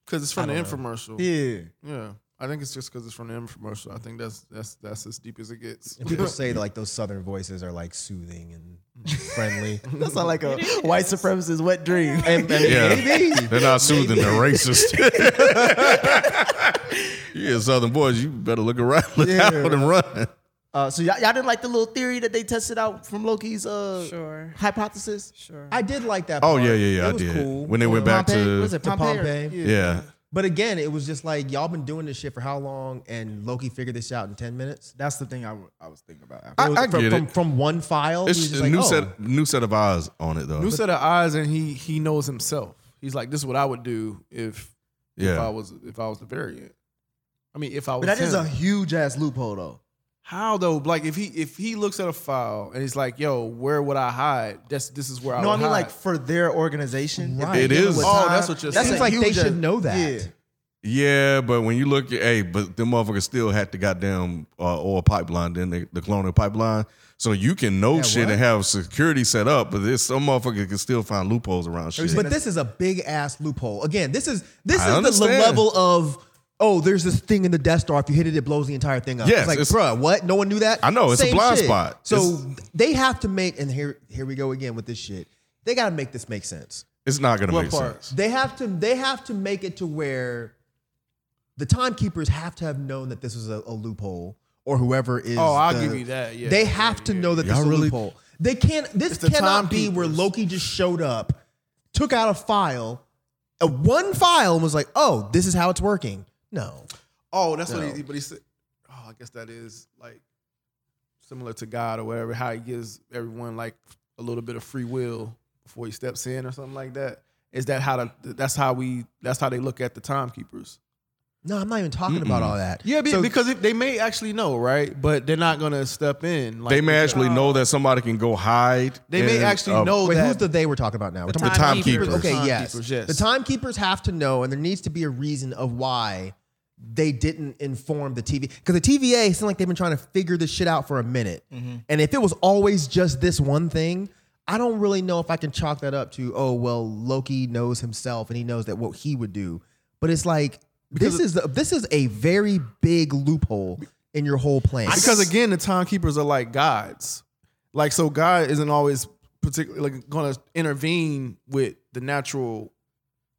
because it's from the I don't infomercial. Yeah. Yeah, I think it's just because it's from the infomercial. I think that's that's that's as deep as it gets. And people say that like those southern voices are like soothing and friendly. That's not like a white supremacist wet dream. and, and Yeah. maybe They're not soothing. They're racist. yeah, Southern boys, you better look around, look Yeah. out, and run. Uh, so y'all, y'all didn't like the little theory that they tested out from Loki's uh, Sure. hypothesis? Sure. I did like that. Oh part. yeah, yeah, It yeah. I was did cool. when they went back Pompeii? to was it to Pompeii? or- Pompeii. Yeah. yeah. But again, it was just like y'all been doing this shit for how long, and Loki figured this out in ten minutes. That's the thing I, w- I was thinking about. After. I- It was I from, get from, it. from one file. It's he was just just a like, new oh. set, new set of eyes on it though. New set of eyes, and he he knows himself. He's like, this is what I would do if if I yeah, was if I was the variant. I mean, if I was But that is him. a huge ass loophole though. how though. Like if he if he looks at a file and he's like, yo, where would I hide? That's this is where I. no, I would mean hide. like for their organization. if Right. they're It dealing is. with Oh, time, that's what you're that's saying. a Seems like they huge should ass- know that. Yeah. yeah. But when you look at, hey, but them motherfuckers still had the goddamn uh, oil pipeline, then the, the colonial pipeline. So you can know shit what? and have security set up, but there's some motherfucker can still find loopholes around shit. But this is a big ass loophole. Again, this is this I is the understand. le- level of oh, there's this thing in the Death Star. If you hit it, it blows the entire thing up. Yes, it's like, it's- bruh, what? No one knew that. I know, it's a blind spot. So It's- they have to make, and here here we go again with this shit. They got to make this make sense. it's not gonna What make part? sense. They have to they have to make it to where the timekeepers have to have known that this was a, a loophole or whoever is. Oh, I'll the- give you that, yeah, they yeah, have to yeah, know that this Y'all is a really- loophole. They can't. This It's the cannot be where timekeepers. Loki just showed up, took out a file, a one file, and was like, "Oh, this is how it's working." No, Oh, that's what he. But he said, oh, I guess that is like similar to God or whatever. How he gives everyone like a little bit of free will before he steps in or something like that. Is that how? The, that's how we. That's how they look at the timekeepers. no, I'm not even talking about all that. Yeah, be- So- because if they may actually know, right? But they're not gonna step in. Like, They may actually know that somebody can go hide. They may and, actually uh, know Wait, that. who's the they we're talking about now? We're talking about timekeepers. Okay, yes. Timekeepers, yes. The timekeepers have to know, and there needs to be a reason of why they didn't inform the TV. Because the TVA seems like they've been trying to figure this shit out for a minute. Mm-hmm. And if it was always just this one thing, I don't really know if I can chalk that up to, oh, well, Loki knows himself and he knows that what he would do. But it's like, this is, a, this is a very big loophole in your whole plan. because again, the timekeepers are like gods. Like so, God isn't always particularly like going to intervene with the natural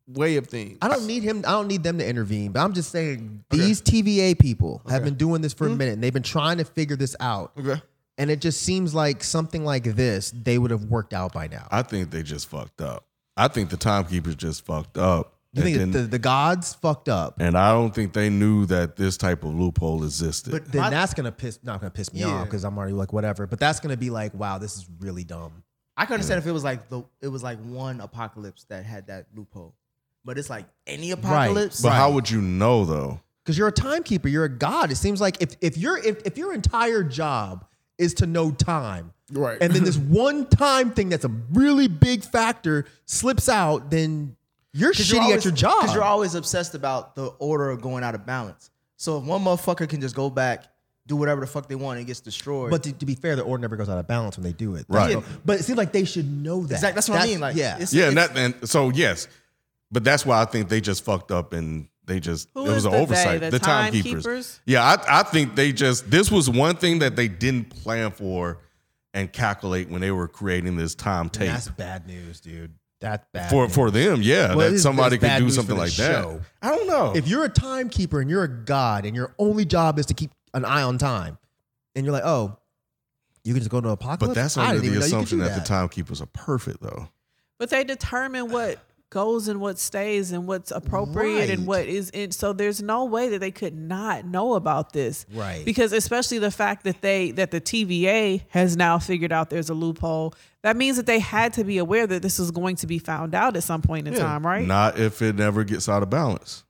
way of things. I don't need him. I don't need them to intervene. But I'm just saying these TVA people have been doing this for a minute, and they've been trying to figure this out. Okay. And it just seems like something like this they would have worked out by now. I think they just fucked up. I think the timekeepers just fucked up. You and, think didn't- the, the gods fucked up? and I don't think they knew that this type of loophole existed. But then that's gonna piss not gonna piss me off because I'm already like whatever. But that's gonna be like, wow, this is really dumb. I can understand if it was like the it was like one apocalypse that had that loophole, but it's like any apocalypse. but how would you know though? Because you're a timekeeper, you're a god. It seems like if if your if, if your entire job is to know time, Right. And then this one time thing that's a really big factor slips out, then you're shitty at your job. because you're always obsessed about the order of going out of balance. So if one motherfucker can just go back, do whatever the fuck they want, and it gets destroyed. but to, to be fair, the order never goes out of balance when they do it, Right. So- but it seems like they should know that. exactly, that's what I mean. Like, yeah, it's- Yeah, it's- and that and so yes, but that's why I think they just fucked up and they just Who it was is an the oversight. they? The the timekeepers. timekeepers? Yeah, I I think they just this was one thing that they didn't plan for and calculate when they were creating this time tape that's bad news, dude. That's bad for news. for them. Yeah, Well, it that is- somebody it's could bad do news for something the like show. that. I don't know. if you're a timekeeper and you're a god and your only job is to keep an eye on time, and you're like, oh, you can just go to apocalypse. but that's I under the didn't even know you could assumption do that the timekeepers are perfect though. But they determine what goes and what stays and what's appropriate and Right. what is in. So there's no way that they could not know about this, Right. Because especially the fact that they that the TVA has now figured out there's a loophole. That means that they had to be aware that this is going to be found out at some point in time, right? Not if it never gets out of balance.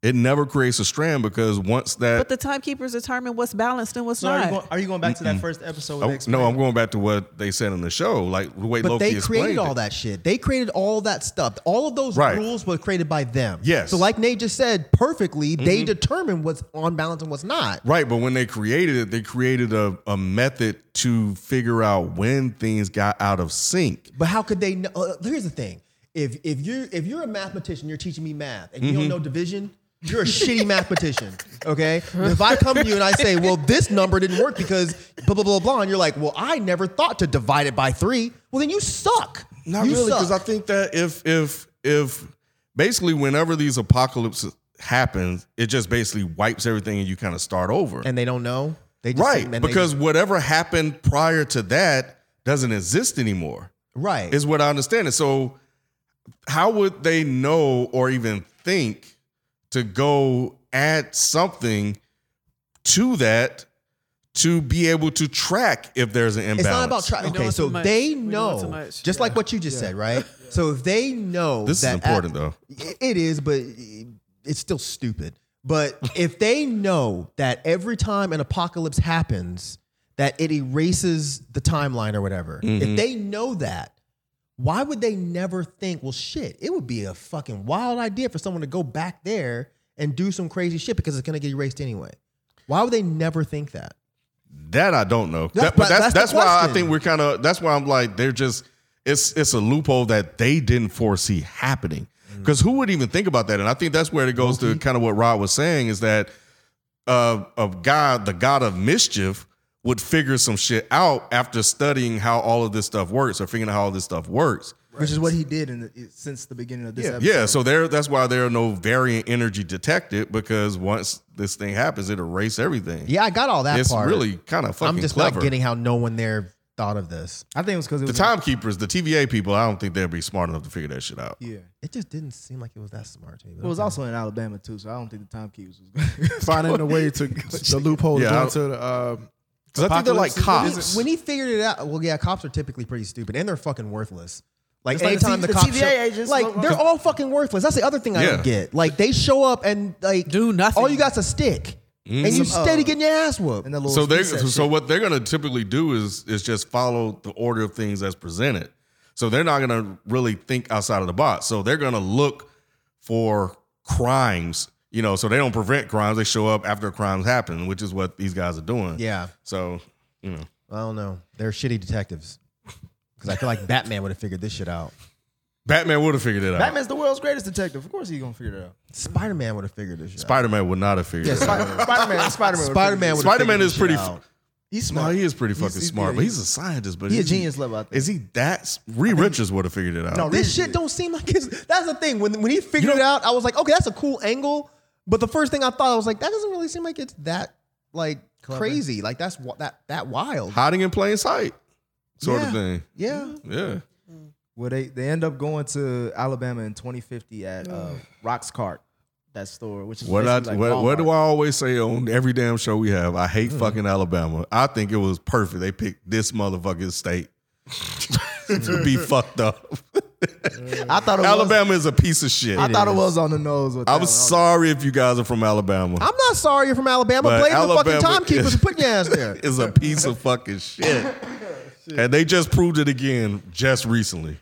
It never creates a strand because once that But the timekeepers determine what's balanced and what's So are you, not. going, are you going back to that first episode? Oh, with the no, I'm going back to what they said on the show, like the way But Loki they explained created all it. that shit. They created all that stuff. All of those Right. rules were created by them. Yes. So, like Nate just said, perfectly, Mm-hmm. they determine what's on balance and what's not. Right, but when they created it, they created a, a method to figure out when things got out of sync. But how could they know? Uh, here's the thing: if if you're if you're a mathematician, you're teaching me math, and Mm-hmm. you don't know division. You're a shitty mathematician, okay? If I come to you and I say, "Well, this number didn't work because blah blah blah blah," and you're like, "Well, I never thought to divide it by three. Well, then you suck. Not you really, because suck. I think that if if if basically whenever these apocalypses happen, it just basically wipes everything and you kind of start over. and they don't know. They just right, and they because just- whatever happened prior to that doesn't exist anymore. right, is what I understand. And so, how would they know or even think to go add something to that to be able to track if there's an imbalance? it's not about trying. We Okay, doing so too much. they We doing know, too much. just like what you just said, right? So if they know This is that important, though. It- It is, but it's still stupid. But if they know that every time an apocalypse happens, that it erases the timeline or whatever, Mm-hmm. if they know that, why would they never think, well, shit, it would be a fucking wild idea for someone to go back there and do some crazy shit because it's going to get erased anyway? Why would they never think that? That I don't know. That's- That- but that's that's that's, the why I question. think we're kind of. That's why I'm like they're just. It's it's a loophole that they didn't foresee happening. Mm. Because who would even think about that? And I think that's where it goes to kind of what Rod was saying is that uh, of God, the God of mischief, would figure some shit out after studying how all of this stuff works or figuring out how all this stuff works. which is what he did in the, since the beginning of this episode. Yeah, so there. That's why there are no variant energy detected because once this thing happens, it erases everything. Yeah, I got all that it's part. really kind of fucking I'm just clever. not getting how no one there thought of this. I think it was because it The was timekeepers, the TVA people, I don't think they'd be smart enough to figure that shit out. Yeah, it It just didn't seem like it was that smart to me. but was okay. also in Alabama too. So I don't think the timekeepers was. Finding a way to the loophole Yeah, I- to the. Uh, 'Cause I think they're like Apocalypse cops. when he figured it out, well, yeah, cops are typically pretty stupid and they're fucking worthless. Like It's like the C- anytime the, the cops, TVA show- agents, like blah, blah, they're blah. all fucking worthless. That's the other thing I Yeah. don't get. Like they show up and like Do nothing. All you got's a stick, and you steady getting your ass whooped. and the little Mm. so they piece of so shit. what they're gonna typically do is is just follow the order of things that's presented. So they're not gonna really think outside of the box. So they're gonna look for crimes, you know. So they don't prevent crimes; they show up after crimes happen, which is what these guys are doing. yeah, So you know, I don't know. They're shitty detectives because I feel like Batman would have figured this shit out. Batman would have figured it out. Batman's the world's greatest detective. Of course he's gonna figure it out. Spider Man would have figured this shit. out. Spider Man would not have figured it out. Spider Man. Spider Man. Spider Man. Spider Man is pretty. Out. He's No, smart. he is pretty fucking he's- smart, yeah, but he's- he's a scientist. But He a is he- genius level, I think. Is he that? s- Reed Richards would have figured it out. No, This shit don't seem like it's. That's the thing. When when he figured it out, I was like, okay, that's a cool angle. But the first thing I thought, I was like, that doesn't really seem like it's that like crazy. Like that's wa- that that wild. hiding in plain sight, sort Yeah. of thing. Yeah. Yeah. Well, they, they end up going to Alabama in 2050 at uh, Rock's Cart, that store, which is What I basically like what, what do Walmart. Mm. I always say on every damn show we have? I hate fucking Alabama. I think it was perfect. They picked this motherfucking state to be fucked up. I thought it was, Alabama is a piece of shit. I I, thought it was on the nose. With that was one. sorry if you guys are from Alabama. I'm not sorry you're from Alabama. But Blame the Alabama fucking timekeepers is- for putting your ass there. It's a piece of fucking shit. And they just proved it again just recently.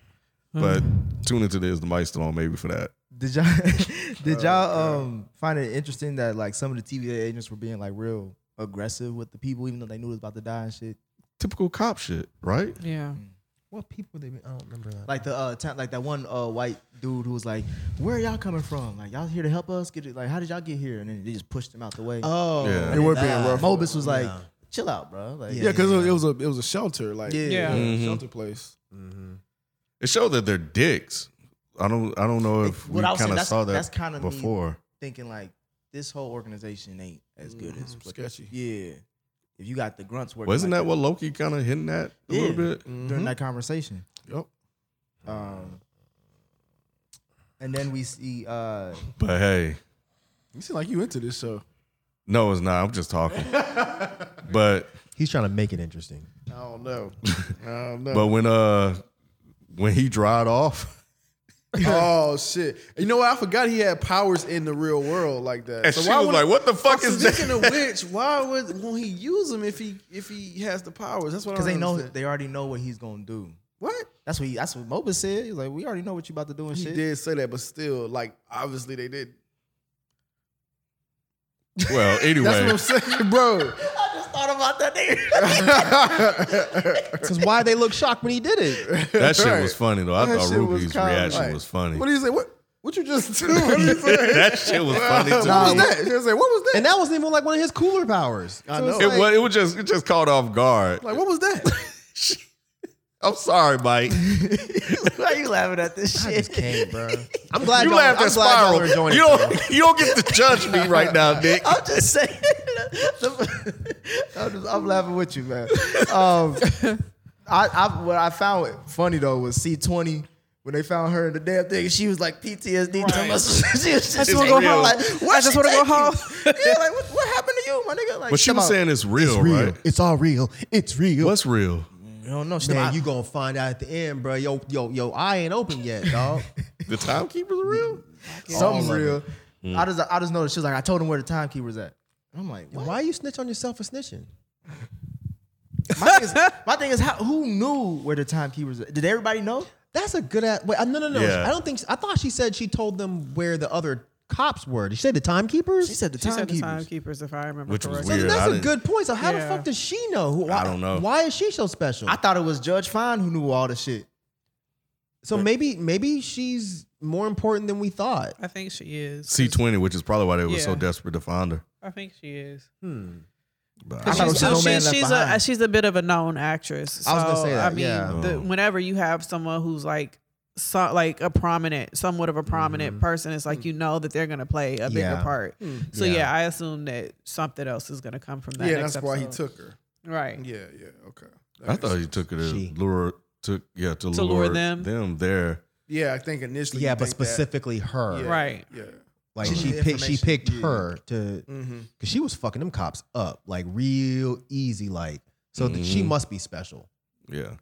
But tune into this, the mic's still on maybe for that. Did y'all did Oh, y'all um find it interesting that like some of the TVA agents were being like real aggressive with the people, even though they knew it was about to die and shit? Typical cop shit, right? Yeah. What people they? I don't remember that. Like the uh ta- like that one uh white dude who was like, "Where are y'all coming from? Like y'all here to help us? Get it? Like how did y'all get here?" And then they just pushed him out the way. Oh, Yeah. They were being rough. Mobus was like, "Chill out, bro." Like Yeah, because it was a it was a shelter, like Yeah. Yeah. Mhm. shelter place. It showed that they're dicks. I don't I don't know if It- what I we was saying, kind of that's- saw that that's kinda me. before. thinking like this whole organization ain't as good as Mhm, what- sketchy. Yeah, if you got the grunts working, Wasn't like that what Loki kind of hinting at a Yeah. little bit? Mm-hmm. during that conversation? Yep. Um, and then we see uh, But hey, You seem like you into this show. no, it's not. I'm just talking. but he's trying to make it interesting. I don't know. I don't know. but when uh when he dried off, oh shit! You know what? I forgot he had powers in the real world like that. and she was like, "What the fuck is Speaking that?" of which, why would won't he use them if he if he has the powers? That's what I because they don't know understand. they already know what he's gonna do. Oh, What That's what he, that's what Mobus said. He's like, we already know what you about to do and he shit. did say that, but still, like obviously they did. Well, That's anyway, what I'm saying, bro. I just thought about that nigga. Because why they look shocked when he did it? that shit Right. was funny though. I That thought shit was Ruby's kinda reaction like- was funny. What do you say? What what you just do? What do you say? that shit was funny too. What was that? She was like, what was that? And that wasn't even like one of his cooler powers. I know. It was, it was just it just caught off guard. like, what was that? I'm sorry, Mike. Why you laughing at this I shit? just can't, bro. I'm glad You y'all- laughed I'm at glad y'all are Spiral. enjoying You it. though. don't you don't get to judge me right now, Nick. I'm just saying. I'm, just- I'm laughing with you, man. Um, I, I what I found funny though was C twenty. When they found her in the damn thing, she was like PTSD. Right. she was just, I just wanna go real. home. Like, I just wanna go home. yeah, like what, what happened to you, my nigga? Like, But she come was on. saying it's real, It's real. right? It's all real. It's real. What's real? I don't know. She Man, about- you gonna find out at the end, bro. Yo, yo, yo, I ain't open yet, dog. The timekeeper's real? something All of real. I just I just noticed she was like, I told him where the timekeeper's at. And I'm like, what? Why you snitch on yourself for snitching? my, thing is, my thing is, how, who knew where the timekeeper's at? Did everybody know? That's a good ass. Wait, uh, no, no, no. Yeah. I don't think. I thought she said she told them where the other cops were. Did she say the timekeepers? She said the She said the timekeepers. timekeepers, if I remember Which was correctly. So Weird, I that's a didn't- good point. So how Yeah. the fuck does she know? Who, I don't know. Why is she so special? I thought it was Judge Fine who knew all the shit. so maybe, maybe she's more important than we thought. I think she is. C twenty, which is probably why they were so Yeah. desperate to find her. I think she is. Hmm. But I I, thought it was so No Man she's, oh, Left she's a Behind. she's a bit of a known actress. So, I was gonna say that, I mean, yeah. the, whenever you have someone who's like. So, like a prominent, somewhat of a prominent person, it's Mm. like you know that they're gonna play a bigger Mm-hmm. Yeah. part. So Yeah. yeah. I assume that something else is gonna come from that. yeah, next that's why he episode. took her. right. Yeah, yeah, okay. That I makes thought he took her to She. lure took yeah to, To lure lure, them. them them there. Yeah, I think initially. Yeah, you but think that- specifically her. yeah, Right. Yeah. Like She she needed picked, she information. picked Yeah. her to, Mm-hmm. because she was fucking them cops up like real easy, like. So that she Mhm. must be special. Yeah.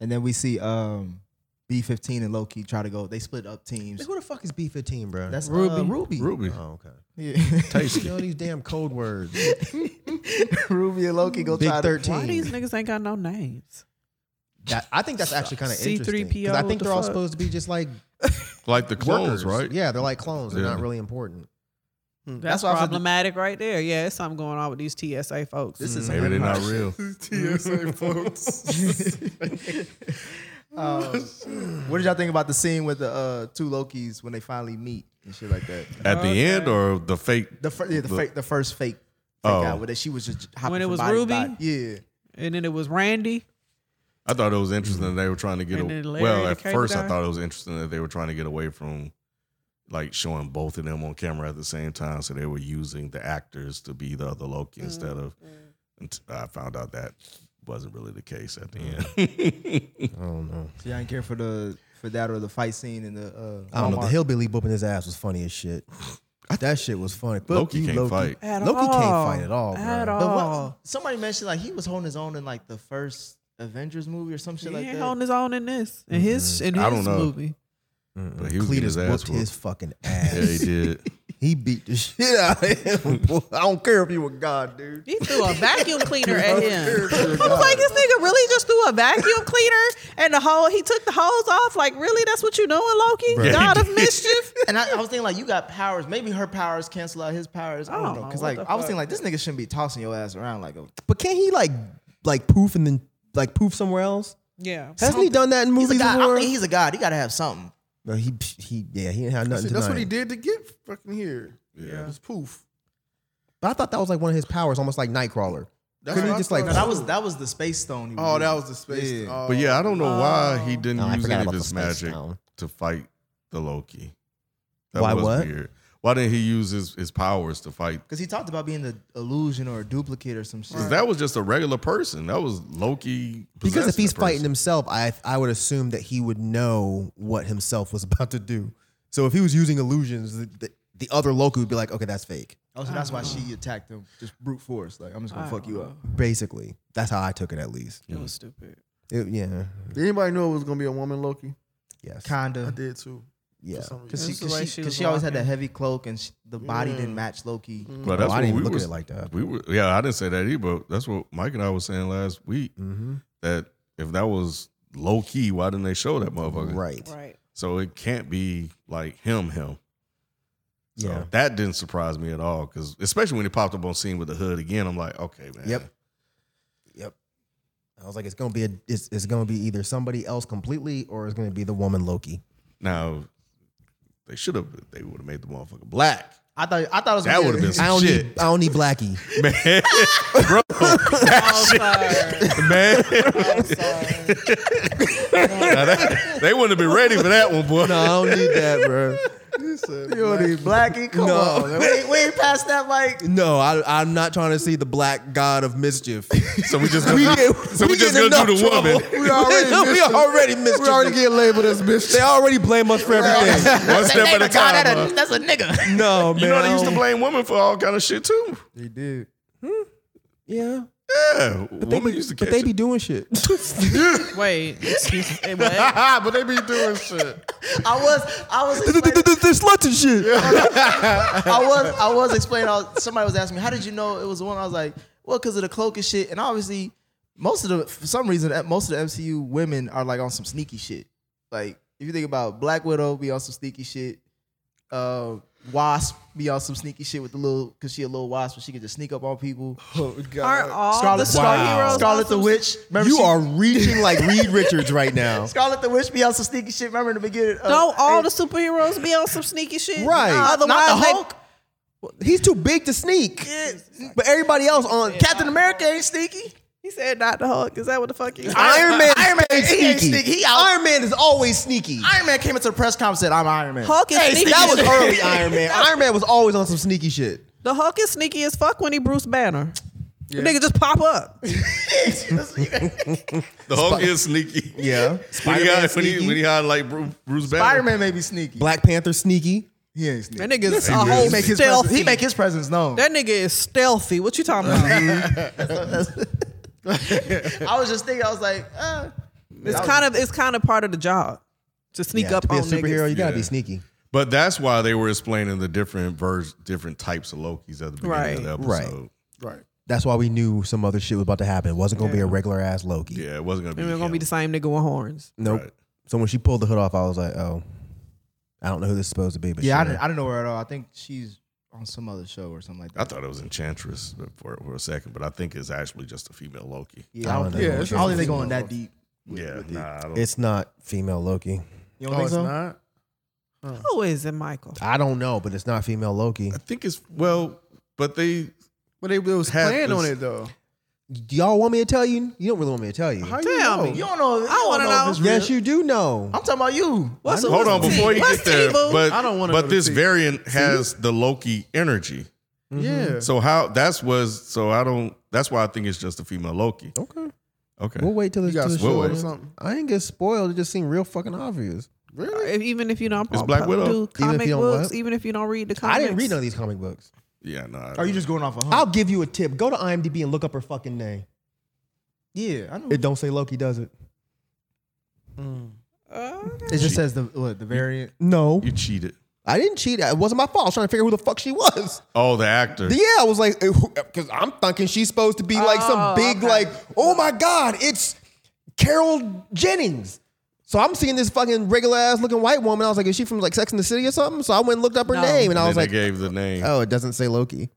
And then we see um, B15 and Low Key try to go. They split up teams. Who the fuck is B fifteen, bro? That's um, Ruby. Ruby. Ruby. Ruby. oh, okay. Yeah. You know these damn code words. Ruby and Low Key go Big try to. Why these thirteen. niggas ain't got no names? That- I think that's actually kind of interesting. C3PO, 'cause I what think the they're all fuck? supposed to be just like Like the clones, workers. right? Yeah, they're like clones. They're Yeah. not really important. Mm. That's, why I said- problematic right there. Yeah, it's something going on with these TSA folks. This is Maybe they're not real. TSA folks. Um, what did y'all think about the scene with the uh, two Lokis when they finally meet and shit like that? At the end or the fake The fir- yeah, the, The- fake, the first fake. fake Oh. out where that she was just hopping When it from was body to Ruby? body. Yeah. and then it was Randy. I thought it was interesting that they were trying to get And a, then Larry, well. the At cable first, guy. I thought it was interesting that they were trying to get away from like showing both of them on camera at the same time, so they were using the actors to be the other Loki instead of. unt- I found out that wasn't really the case at the Mm. end. I don't know. So y'all didn't care for the for that or the fight scene in the. Uh, I don't know. The Walmart? hillbilly whooping his ass was funny as shit. That shit was funny. Fuck Loki you, can't fight. At Loki can't all. fight at all, bro. At But all. what, somebody mentioned like he was holding his own in like the first Avengers movie or some shit he like ain't that. on his own in this. In his Mm-hmm. in his I don't know. movie. but he was Cletus getting his ass whooped whooped. his fucking ass. yeah, he did. He beat the shit out of him. boy. I don't care if you were God, dude. He threw a vacuum cleaner I at don't him. care if you're I was God. like, this nigga really just threw a vacuum cleaner and the hole. He took the hose off. Like, really? That's what you doing, Loki? Right. God of mischief. And I, I was thinking like you got powers. Maybe her powers cancel out his powers. I Oh, don't know. Cause like what the I was fuck? thinking like this nigga shouldn't be tossing your ass around like a But can't he like like poof and then like poof somewhere else? Yeah. Hasn't he done that in He's a movies god. I before? mean, he's a god. He gotta have something. no, he he yeah, he didn't have nothing See, to that's what deny. he did to get fucking here. Yeah. Just poof. But I thought that was like one of his powers, almost like Nightcrawler. That's Couldn't what he I just like thought. No, that was that was the space stone. he Oh, using. that was the space. Yeah. Oh. But yeah, I don't know why he didn't No, I use forgot any of about the his space magic stone. to fight the Loki. That Why was what? weird. Why didn't he use his, his powers to fight? Because he talked about being an illusion or a duplicate or some shit. 'Cause that was just a regular person. That was Loki. Because if possessing he's a person. fighting himself, I I would assume that he would know what himself was about to do. So if he was using illusions, the, the, the other Loki would be like, okay, that's fake. Ah. Oh, so that's why she attacked him. Just brute force. Like, I'm just gonna fuck you up. Basically, that's how I took it. At least, It was stupid. It- yeah, Did anybody know it was gonna be a woman Loki? yes, I Kinda. did too. yeah. For some Because she, reason. That's the cause way she, she 'cause was she always had that walking. heavy cloak and she, the body didn't match Loki. Well, Oh, that's I what didn't we look was, at it like that. we were, yeah, I didn't say that either. But that's what Mike and I was saying last week. Mm-hmm. That if that was low key, why didn't they show that motherfucker? Right. Right. So it can't be like him, him. So Yeah. that didn't surprise me at all. Because especially when he popped up on scene with the hood again, I'm like, okay, man. Yep. Yep. I was like, it's gonna be a, it's, it's gonna be either somebody else completely or it's gonna be the woman Loki. Now they should have. They would have made the motherfucker black. I thought I thought it was That gonna would have been I some don't shit, need I don't need Blackie. man. Bro, that shit, man. Now that- they wouldn't have been ready for that one, boy. no, I don't need that, bro. You need Blackie. Come No. on, man. we, ain't- we ain't past that. Like, No, I, I'm not trying to see the black god of mischief. So we just gonna do, so we just getting gonna do enough the woman. trouble. We already, we already missed. We already get labeled as mischief. They already blame us for everything. One step at a time. huh? that's a nigga. no, man. You know they I used to don't- Hmm? blame women for all kind of shit too. He did. Yeah, Yeah, they women be, used to but catch they be it. doing shit. Wait. Excuse me. Hey, what? but they be doing shit. I was I was explaining, They're sluts and shit. I was I was explaining. I was, somebody was asking me, how did you know it was one? I was like, well, because of the cloak and shit. And obviously, most of the for some reason, uh, most of the MCU women are like on some sneaky shit. Like if you think about Black Widow, be on some sneaky shit. Uh, Wasp be on some sneaky shit with the little because she a little wasp, but she could just sneak up on people. Aren't all Scarlet, the superheroes? Scarlet, Scarlet the awesome? Witch. Remember You she- are reaching like Reed Richards right now. Scarlet the Witch be on some sneaky shit. Remember in the beginning? of- Don't all the superheroes be on some sneaky shit? Right. Nah, Not the Otherwise, they- Hulk. He's too big to sneak. But everybody else on Captain America ain't sneaky. he said not the Hulk. Is that what the fuck he said? Iron Man. Iron Man, ain't he ain't sneaky. He out. Iron Man is always sneaky. Iron Man came into the press conference and said, "I'm Iron Man." Hulk is sneaky. that as- was early Iron Man. Iron Man was always on some sneaky shit. the Hulk is sneaky as fuck when he Bruce Banner. The nigga just pop up. The Hulk is sneaky. Yeah. When he, Spider-Man got, when, he, sneaky. when he had like Bruce, Bruce Banner. Iron Man may be sneaky. Black Panther sneaky. He ain't sneaky. That nigga's a He whole make his stealthy. presence, he make his presence known. that nigga is stealthy. What you talking about? I was just thinking, I was like, uh, it's kind of it's kind of part of the job to sneak Yeah, up to be on a superhero, niggas. you gotta be Yeah. sneaky. But that's why they were explaining the different vers- different types of Lokis at the beginning of the Right. Right. episode. Right. That's why we knew some other shit was about to happen. It wasn't gonna be a regular ass Loki. Yeah, it wasn't gonna be. And we're gonna him. be the same nigga with horns. Nope. Right. So when she pulled the hood off, I was like, oh, I don't know who this is supposed to be, but yeah, I sure. didn't, I didn't know her at all. I think she's on some other show or something like I that. thought it was Enchantress for, for a second, but I think it's actually just a female Loki. Yeah, I I don't, don't think, know. I don't think they going that deep. yeah, with it. nah, I don't, it's not female Loki. You Oh, don't think it's so? not. Who is it, Michael? I don't know, but it's not female Loki. I think it's well, but they But they, they was Had playing this- on it though. Do y'all want me to tell you? You don't really want me to tell you. How you Tell know? me. You don't know. You don't wanna know. know. if it's Yes, real. you do know. I'm talking about you. What's Hold on, what's before you what's get there, evil? but I don't wanna but go to this tea. variant has the Loki energy. Yeah. Mm-hmm. So how that's was so I don't. That's why I think it's just a female Loki. Okay. Okay. We'll wait till You it's got too spoiled short. or something? I ain't get spoiled. It just seemed real fucking obvious. Really? If, even if you don't It's Black do Widow. Even comic if you don't books, what? even if you don't read the comics, I didn't read none of these comic books. Yeah, no. Nah, Are you just going off a hump? I'll give you a tip. Go to IMDb and look up her fucking name. yeah, I know. It don't say Loki, does it? Uh, It just says the what the variant. No. you cheated? I didn't cheat. It wasn't my fault. I was trying to figure who the fuck she was. Oh, the actor. Yeah, I was like, eh, because I'm thinking she's supposed to be like some Oh, big, okay. like, oh my God, it's Carol Jennings. So I'm seeing this fucking regular ass looking white woman. I was like, is she from like Sex in the City or something? So I went and looked up her No. name And and I was then like, they gave the name. oh, it doesn't say Loki.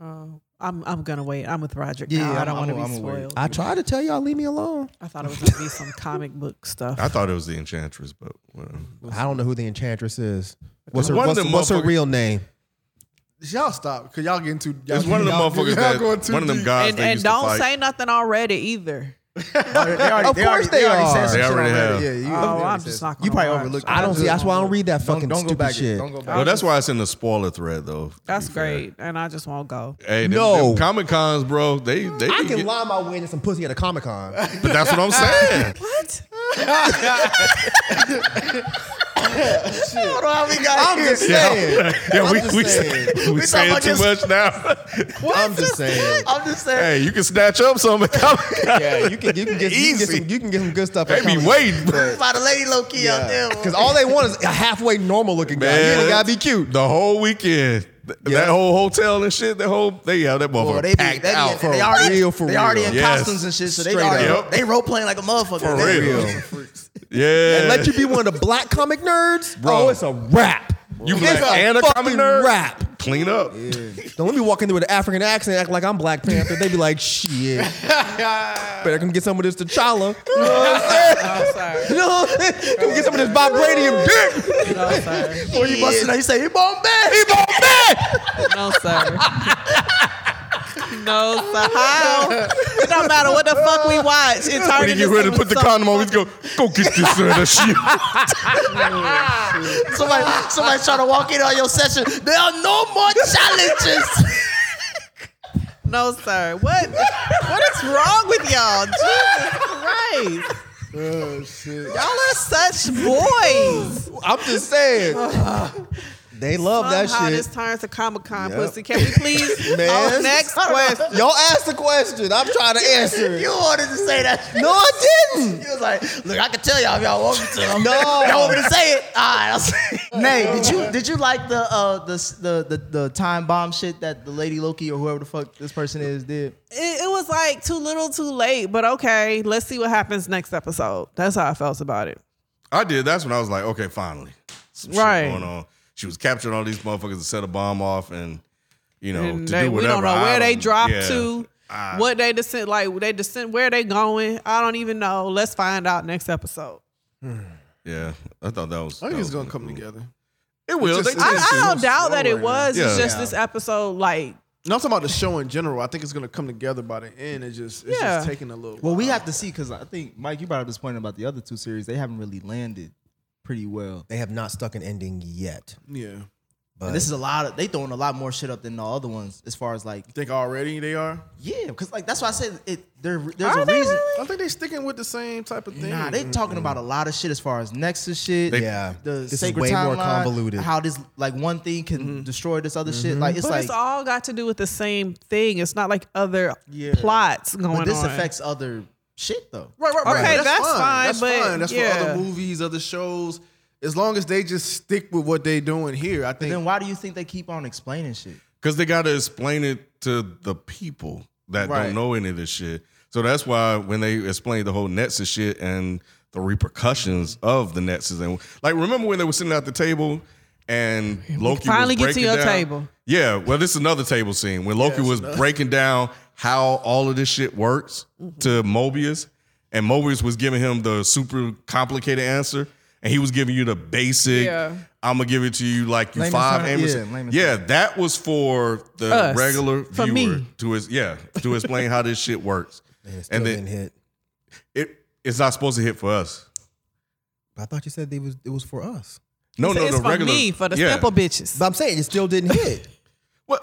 Oh, I'm I'm gonna wait. I'm with Roger. Yeah, now. I I'm- don't want to I'm- be I'm aware. spoiled. I tried to tell y'all, leave me alone. I thought it was gonna be some comic book stuff. I thought it was the Enchantress, but whatever. I don't know who the Enchantress is. What's her, One of what's, them what's her motherfuckers- real name? Y'all stop because y'all getting too. Y'all, It's one of them y'all- motherfuckers y'all that going too one of them deep. guys. and they and used to don't fight. say nothing already either. Of course they are. They already have. you, Oh, I'm just not. Gonna You probably watch. overlooked. I don't see. That's why I don't read that Don't, fucking Uh, don't go stupid back. shit. Don't go back. Well, that's why it's in the spoiler thread, though. to be That's fair. great, and I just won't go. Hey, them, No. them Comic Cons, bro. They they I be can get- lie my way into some pussy at a comic con. but that's what I'm saying. What? I'm just saying. yeah, yeah we just we, saying. say- we saying too much now. I'm just saying. I'm just saying. hey, you can snatch up some at Comic Con. Yeah, you can you can get, you can get Easy. some you can get some good stuff. They at be Comic-Con. waiting. By the lady low key out there. Cause all they want is a halfway normal looking guy. you ain't gotta be cute. The whole weekend, Th- that whole hotel and shit, that whole they have that motherfucker Well, they, be, they, packed be, out for they already, real, for they already real. in Yes. costumes and shit, so they Straight already, up. they role playing like a motherfucker. for They- real. Yeah, And let you be one of the black comic nerds. Bro. Oh, it's a wrap. You it's black and a comic fucking nerd? Rap. clean up. Don't let me walk into an African accent act like I'm Black Panther. They be like, shit. Better come get some of this T'Challa. You know what I'm saying? I'm sorry. You know what I'm saying? Come get some of this vibranium dick. No, sir. Or you busting out, you say, he bought back. Keep on back. No, sir. No, sir. How? It don't matter what the fuck we watch. It's hard When he get ready to put the condom on, we go, go get this uh, that shit. Somebody, somebody trying to walk in on your session. There are no more challenges. No, sir. What? What is wrong with y'all? Jesus Christ! Oh shit! Y'all are such boys. I'm just saying. They love Somehow that this shit. turns to Comic Con Yep. pussy. Can we please? Man. Oh, next question. Y'all asked the question. I'm trying to answer. it. you wanted to say that. No, I didn't. You was like, look, I can tell y'all if y'all want me to. I'm- Y'all want No. me to say it? All right, I'll say it. Nay, did you did you like the uh the the the, the time bomb shit that the lady Loki or whoever the fuck this person is did? it, it was like too little, too late. But okay, let's see what happens next episode. That's how I felt about it. I did. That's when I was like, okay, finally, some Right. shit going on. She was capturing all these motherfuckers to set a bomb off, and you know, And to they, do we whatever. don't know I where they don't- dropped yeah. to, I- what they descend like they descend where they going. I don't even know. Let's find out next episode. Yeah, I thought that was. I that think it's was gonna come cool. together. It will. It's They just- tend it's- to. I, I don't it's doubt that it slower. was. It's Yeah. just this episode, like No, I'm talking about the show in general. I think it's gonna come together by the end. It's just it's Yeah. just taking a little. Well, we while. have to see because I think Mike, you brought up this point about the other two series. They haven't really landed pretty well. They have not stuck an ending yet. yeah. But And this is a lot of they throwing a lot more shit up than the other ones as far as like Think already they are. yeah, because like that's why I said it. There, there's Are a they reason. I think they sticking with the same type of thing. Nah, they talking about a lot of shit as far as Nexus shit. yeah, the this is sacred way timeline, more convoluted. Mm-hmm. How this like one thing can destroy this other shit. Like it's Mm-hmm. but like it's all got to do with the same thing. It's not like other Yeah. plots going but this on. affects other shit though. right, right, right. Okay, that's, fine. That's but fine. That's yeah. for other movies, other shows. As long as they just stick with what they doing here, I think. Then why do you think they keep on explaining shit? Because they got to explain it to the people that Right. don't know any of this shit. So that's why when they explained the whole Nexus shit and the repercussions of the Nexus, and like remember when they were sitting at the table and Loki finally was get to breaking your down- table. Yeah, well, this is another table scene when Loki was breaking down how all of this shit works to Mm-hmm. Mobius, and Mobius was giving him the super complicated answer, and he was giving you the basic. Yeah. I'm gonna give it to you like you Layman's five. term- Amos- yeah, layman's yeah, that was for the Us. regular For viewer me. to his yeah to explain how this shit works, and and then then hit. it it's not supposed to hit for us. I thought you said they was it was for us. No, It's, no, it's the for regular me, for the yeah. simple bitches. But I'm saying it still didn't hit. What?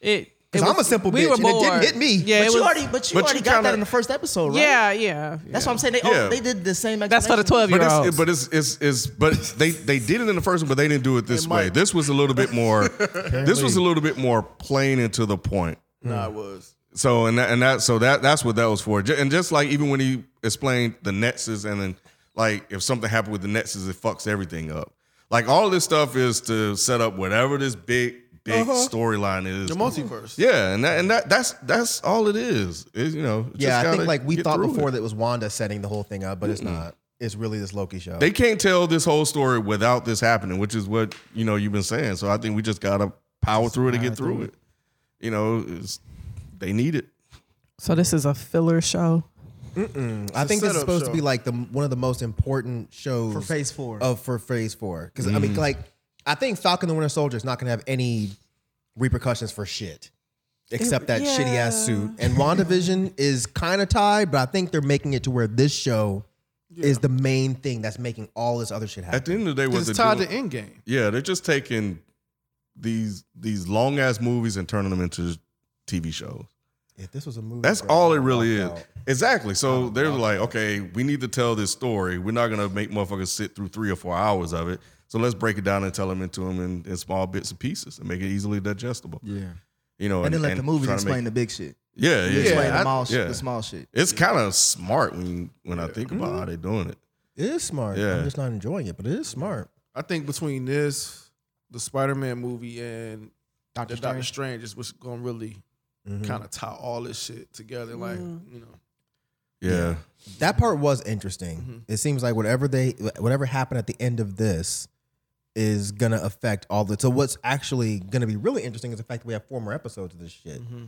It Because I'm a simple we bitch, were and it didn't bored. hit me. Yeah, But you it was- already, but but you you already got kinda- that in the first episode, right? Yeah, yeah. That's what I'm saying. They Yeah. all, they did the same. That's for the explanation. 12 year But it's, olds. but it's it's it's but they they did it in the first one, but they didn't do it this way. This was a little bit more. this was a little bit more plain and to the point. Nah, it was. So and that, and that so that that's what that was for. Ju- And just like even when he explained the Netses and then like if something happened with the Netses, it fucks everything up. Like all this stuff is to set up whatever this big big Uh-huh. storyline is. The multiverse. Yeah, and that, and that that's that's all it is. It, you know. just Yeah, I think gotta like we get thought through before it. that it was Wanda setting the whole thing up, but it's not. It's really this Loki show. They can't tell this whole story without this happening, which is what you know you've been saying. So I think we just gotta power through it and get through it. You know, it's, they need it. so this is a filler show. I think this is setup supposed to show. be like the one of the most important shows For Phase Four. Of for Phase Four, because I Mm. mean, like, I think Falcon the Winter Soldier is not going to have any repercussions for shit, except that shitty ass yeah. suit. And WandaVision is kind of tied, but I think they're making it to where this show is the main thing that's making all this other shit happen. At the end of the day, what It's they're tied doing- to Endgame. Yeah, they're just taking these these long ass movies and turning them into TV shows. if this was a movie, That's bro, all I'd it really walk is. out. Exactly. So they're like, okay, we need to tell this story. We're not gonna make motherfuckers sit through three or four hours of it. So let's break it down and tell them into them in, in small bits and pieces and make it easily digestible. Yeah. You know, And then let the movies try to make- explain the big shit. Yeah, yeah, Explain yeah. the, small shit, yeah. the small shit. It's kind of smart when when I think about Mm-hmm. how they're doing it. It is smart. Yeah. I'm just not enjoying it, but it is smart. I think between this, the Spider Man movie, and Doctor the Doctor Strange is what's going to really Mm-hmm. Mm. kind of tie all this shit together. Like, Mm. you know. Yeah, That part was interesting. Mm-hmm. It seems like whatever they whatever happened at the end of this is gonna affect all the. So what's actually gonna be really interesting is the fact that we have four more episodes of this shit, Mm-hmm.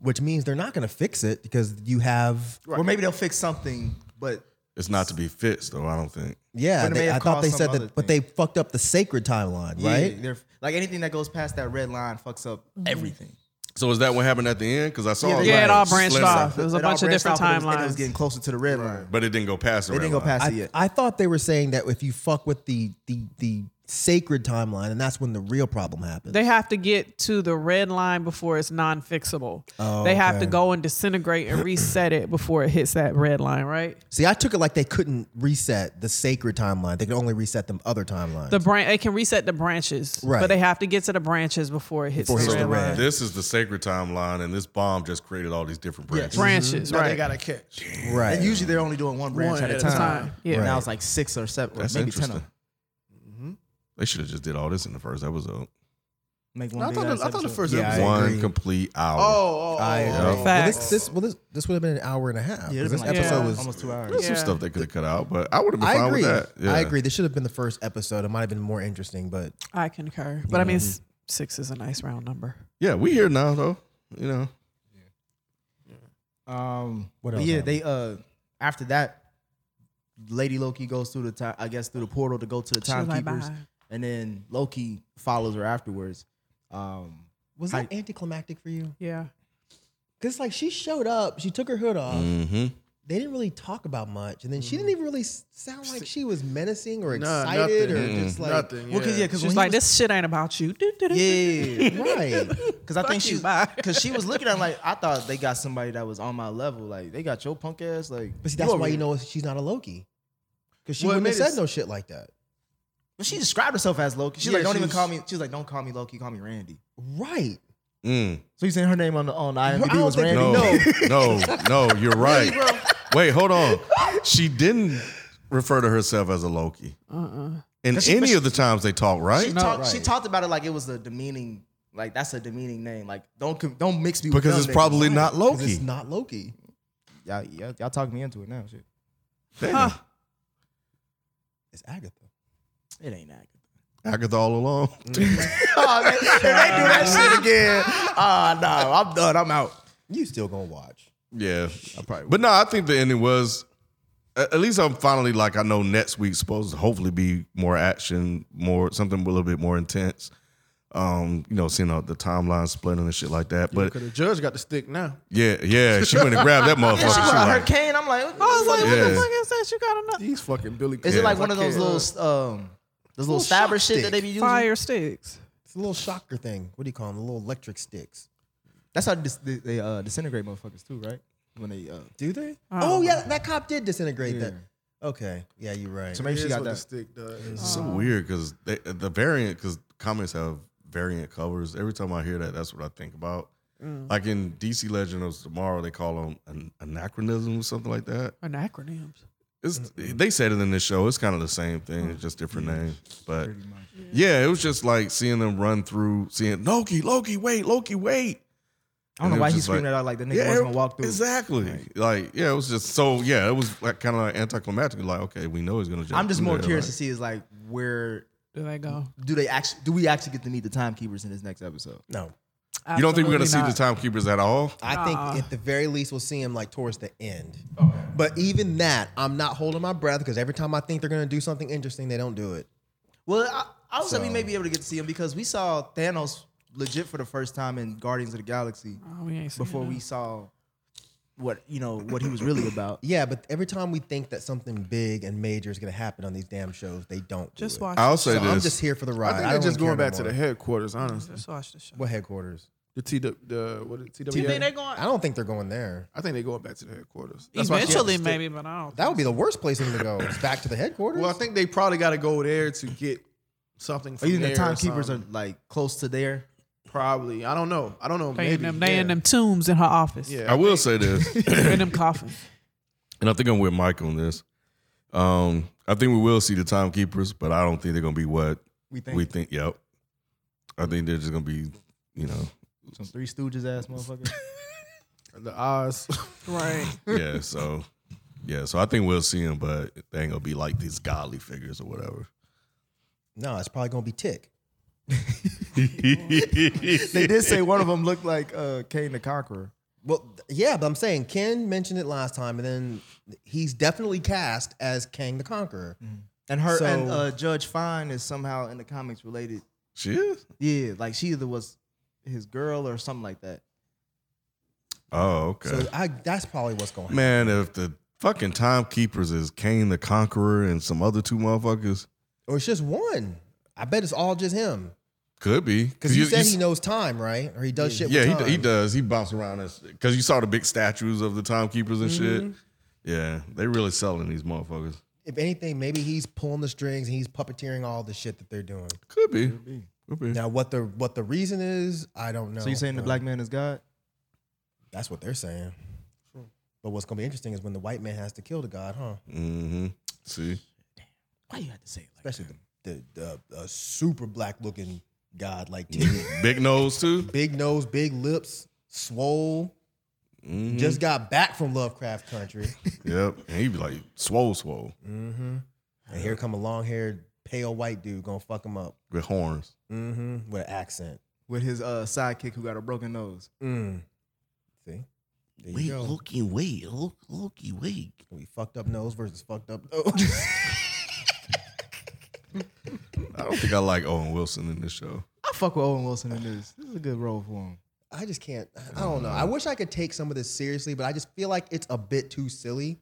which means they're not gonna fix it because you have Or maybe they'll fix something, but it's not to be fixed though. I don't think. yeah. But it may They, have I thought caused they some said that, other but they fucked up the sacred timeline, yeah, right? they're like anything that goes past that red line fucks up everything. So is that what happened at the end? Because I saw Yeah, like, Yeah, it all branched slender, off. It was a It all bunch of branched different off, but it was- and It was timelines. getting closer to the red line. but it didn't go past. The They red didn't go line. past it I, yet. I thought they were saying that if you fuck with the the the sacred timeline, and that's when the real problem happens. They have to get to the red line before it's non-fixable. Oh, they have to okay. go and disintegrate and reset it before it hits that red line, right? See, I took it like they couldn't reset the sacred timeline; they could only reset them other timelines. The branch they can reset the branches, Right. but they have to get to the branches before it hits Before it the hits red the red. line. This is the sacred timeline, and this bomb just created all these different branches. Mm-hmm. Branches, Now they right? got to catch. right? And usually they're only doing one branch One at, a at a time. time, yeah. Now Right. it's like six or seven, or That's maybe ten interesting. of them. Mm-hmm. They should have just did all this in the first episode. Make I one. big thought, ass the, I thought the episode. first Yeah, I episode. One agree. complete hour. Oh, oh, oh, I agree. oh. Well, Facts. this, this well this this would have been an hour and a half. Yeah, it's 'cause been this like episode two- was. almost two hours. There's some Yeah. stuff they could have cut out, but I would have been I fine agree. with that. Yeah. I agree. This should have been the first episode. It might have been more interesting, but I concur, but I mean, s- six is a nice round number. Yeah, we here now though. You know, Um, What but else yeah, they uh after that, Lady Loki goes through the time, I guess, through the portal to go to the She was like, timekeepers, "Bye." and then Loki follows her afterwards. Um, was that that anticlimactic for you? Yeah, Because like she showed up, she took her hood off. mm-hmm. They didn't really talk about much, and then Mm. she didn't even really s- sound like she was menacing or Nah, excited nothing. or just like Nothing. well, cause yeah, cause she was when like, he "This shit ain't about you." Do, do, do, do. was- yeah, right. Cause I Fuck think you, she, bye. cause she was looking at like I thought they got somebody that was on my level. Like they got your punk ass. Like, But see, that's why over you here. know she's not a Loki because she Well, it wouldn't made have it said no shit like that. But she described herself as Loki. She's Yeah, like, don't she even was- call me. She was like, don't call me Loki. Call me Randy. Right. Mm. So you saying her name on the on the I IMDb don't was think- Randy? No, no, no. You're right. Wait, hold on. She didn't refer to herself as a Loki. Uh-uh. In any of the times they talk, right? She, talked, she talked about it like it was a demeaning, like that's a demeaning name. Like don't com- don't mix me with because them it's niggas. probably not 'Cause Loki. It's not Loki. y'all, y'all, y'all talking me into it now. Shit, Damn. It's Agatha. it ain't that. Agatha all along. oh man, if they do that shit again, ah no, I'm done. I'm out. You still gonna watch? Yeah, I probably. But no, I think the ending was. At at least I'm finally like I know next week's supposed to hopefully be more action, more something a little bit more intense. Um, you know, seeing all the timeline splitting and shit like that. But Because the judge got the stick now. yeah, yeah, she went and grabbed that motherfucker. Yeah, she She went on her like, cane. I'm like, I was like, "What Yeah. the fuck is that? You got another He's fucking is Billy. it Crystal. like one of I those can't- little um, those little stabber shit that they be using? fire sticks?" It's a little shocker thing. What do you call them? The little electric sticks. That's how dis- they, they uh, disintegrate motherfuckers too, right? When they uh, Do they? Oh. Oh, yeah, that cop did disintegrate that. Yeah. Okay, yeah, you're right. so maybe she Here's got what the that. Mm-hmm. stick does. It's so weird because the variant because comics have variant covers. Every time I hear that, that's what I think about. Like in DC Legend of Tomorrow, they call them an anachronism or something like that. An acronyms. It's they said it in this show. It's kind of the same thing. It's just different name, but yeah, it was just like seeing them run through, seeing Loki, Loki, wait, Loki, wait. I don't And it know why was he's just like- screaming it out like the nigga was gonna walk through. Exactly. Like, yeah, it was just so yeah, it was like kind of like anticlimactic. Like, okay, we know he's gonna jump. I'm just through more there, curious to like- see is like where Do they go? do they actually do we actually get to meet the timekeepers in this next episode? no, you don't think we're gonna Absolutely see the timekeepers at all? I think Nah. at the very least we'll see him like towards the end. But even that, I'm not holding my breath because every time I think they're gonna do something interesting, they don't do it. Well, I, I was hoping we may be able to get to see him because we saw Thanos legit for the first time in Guardians of the Galaxy not. Oh, we ain't seen before it. we saw what you know what he was really about. Yeah, but every time we think that something big and major is gonna happen on these damn shows, they don't. do Just it. watch. I'll the say So this. I'm just here for the ride. I think I they're don't just really going care back no to the more. headquarters, show. honestly. Just watch the show. what headquarters. The T the what is it, TWA? You think they going? I don't think they're going there. I think they're going back to the headquarters. That's why she had the Eventually, stick. maybe, but I don't. That would be the worst place for them to go. It's back to the headquarters. Well, I think they probably got to go there to get something. Or From even the there or timekeepers are something. like close to there. probably. I don't know. I don't know. They maybe in them, they in yeah. them tombs in her office. Yeah. I will say this, In them coffins. and I think I'm with Mike on this. Um, I think we will see the timekeepers, but I don't think they're gonna be what we we think. Yep, I think they're just gonna be, you know, Some Three Stooges ass motherfucker. the Oz. Right. yeah. So, yeah. So I think we'll see them, but they ain't gonna be like these godly figures or whatever. No, it's probably gonna be Tick. they did say one of them looked like uh, Kane the Conqueror. Well, th- yeah, but I'm saying Ken mentioned it last time, and then he's definitely cast as Kang the Conqueror. And her So- and uh, Judge Fine is somehow in the comics related. she is. Yeah, like she either was his girl or something like that. Oh, okay. So I, that's probably what's going. on. Man, if the fucking timekeepers is Kane the Conqueror and some other two motherfuckers, Or it's just one. I bet it's all just him could be because you, you- said you- he knows time, right? Or he does shit. Yeah, with he, time. d- he does. He bounced around us because you saw the big statues of the timekeepers and Mm-hmm. shit. Yeah, they really selling these motherfuckers. If anything, maybe he's pulling the strings and he's puppeteering all the shit that they're doing. Could be. Could be. Now, what the what the reason is, I don't know. So you saying the but black man is God? That's what they're saying. But what's gonna be interesting is when the white man has to kill the god, huh? Mm-hmm. See, Why you had to say it like Especially the the, the uh, super black looking god like Timmy. big nose too. big nose, big lips, swole. Mhm. Just got back from Lovecraft Country, Yep. And he be like swole, swole Mm-hmm. and here come a long haired, pale white dude gonna fuck him up with horns. hmm with an accent. With his uh, sidekick who got a broken nose. Mm. See, there you Wait, go. Loki, wait, Lo- Loki, wait. We fucked up nose versus fucked up nose. I don't think I like Owen Wilson in this show. I fuck with Owen Wilson in this. This is a good role for him. I just can't. I don't know. I wish I could take some of this seriously, but I just feel like it's a bit too silly.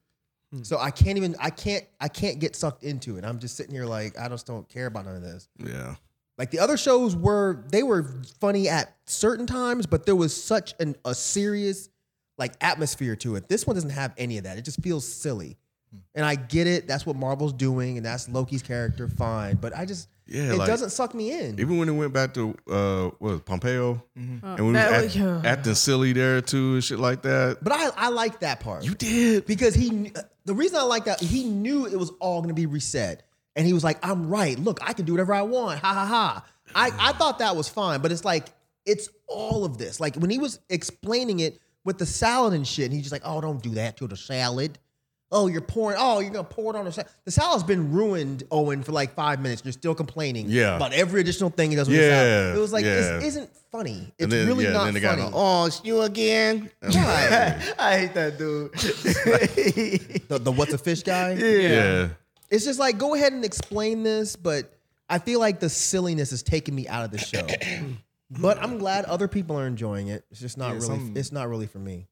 So I can't even. I can't. I can't get sucked into it. I'm just sitting here like I just don't care about none of this. Yeah. Like the other shows were they were funny at certain times, but there was such an, a serious like atmosphere to it. This one doesn't have any of that. It just feels silly. Hmm. And I get it. That's what Marvel's doing, and that's Loki's character. Fine, but I just Yeah, it like- doesn't suck me in. Even when it went back to uh, what was it, Pompeo, Mm-hmm. and we that was was- act, acting silly there too and shit like that. But I I like that part. You did. because he kn- uh, the reason I like that he knew it was all gonna be reset, and he was like, "I'm right. Look, I can do whatever I want. Ha ha ha." I I thought that was fine, but it's like it's all of this. Like when he was explaining it with the salad and shit, and he's just like, "Oh, don't do that to the salad." Oh, you're pouring. Oh, you're gonna pour it on the salad. The salad's been ruined, Owen, for like five minutes. and You're still complaining Yeah. about every additional thing he does. With the Yeah, salad. it was like this yeah. isn't funny. It's And then, really yeah, not and then funny. they got, oh, it's you again. I hate that dude. the, the what's a fish guy? yeah. It's just like go ahead and explain this, but I feel like the silliness is taking me out of the show. but I'm glad other people are enjoying it. It's just not Yeah, really. some- It's not really for me.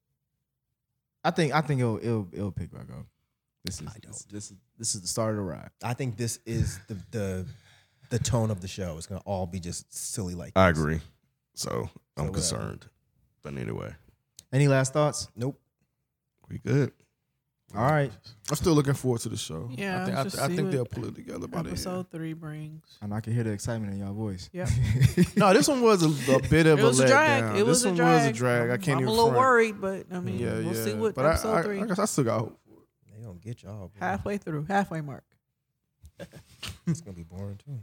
I think I think it'll it'll, it'll pick back up. This is this, this is this is the start of the ride. I think this is the the the tone of the show. It's gonna all be just silly like. I agree. So I'm So, uh, concerned. But anyway, Any last thoughts? Nope. we good. All right. I'm still looking forward to the show. Yeah, I think, I just th- I see think what they'll pull it together by the end. Episode three brings. And I can hear the excitement in y'all voice. Yep. No, this one was a, a bit of It was a letdown. drag. It this was a one drag. was a drag. I I'm- can't I'm even a little front. worried, but I mean, Yeah, we'll yeah. see what but I- episode I, three. I, guess I still got hope. They gonna get y'all. Bro. halfway through, halfway mark. It's gonna be boring too.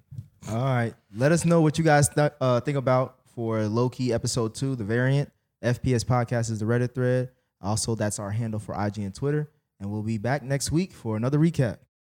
All right. Let us know what you guys th- uh, think about for low key episode two, the variant. FPS podcast is the Reddit thread. Also, that's our handle for IG and Twitter. And we'll be back next week for another recap.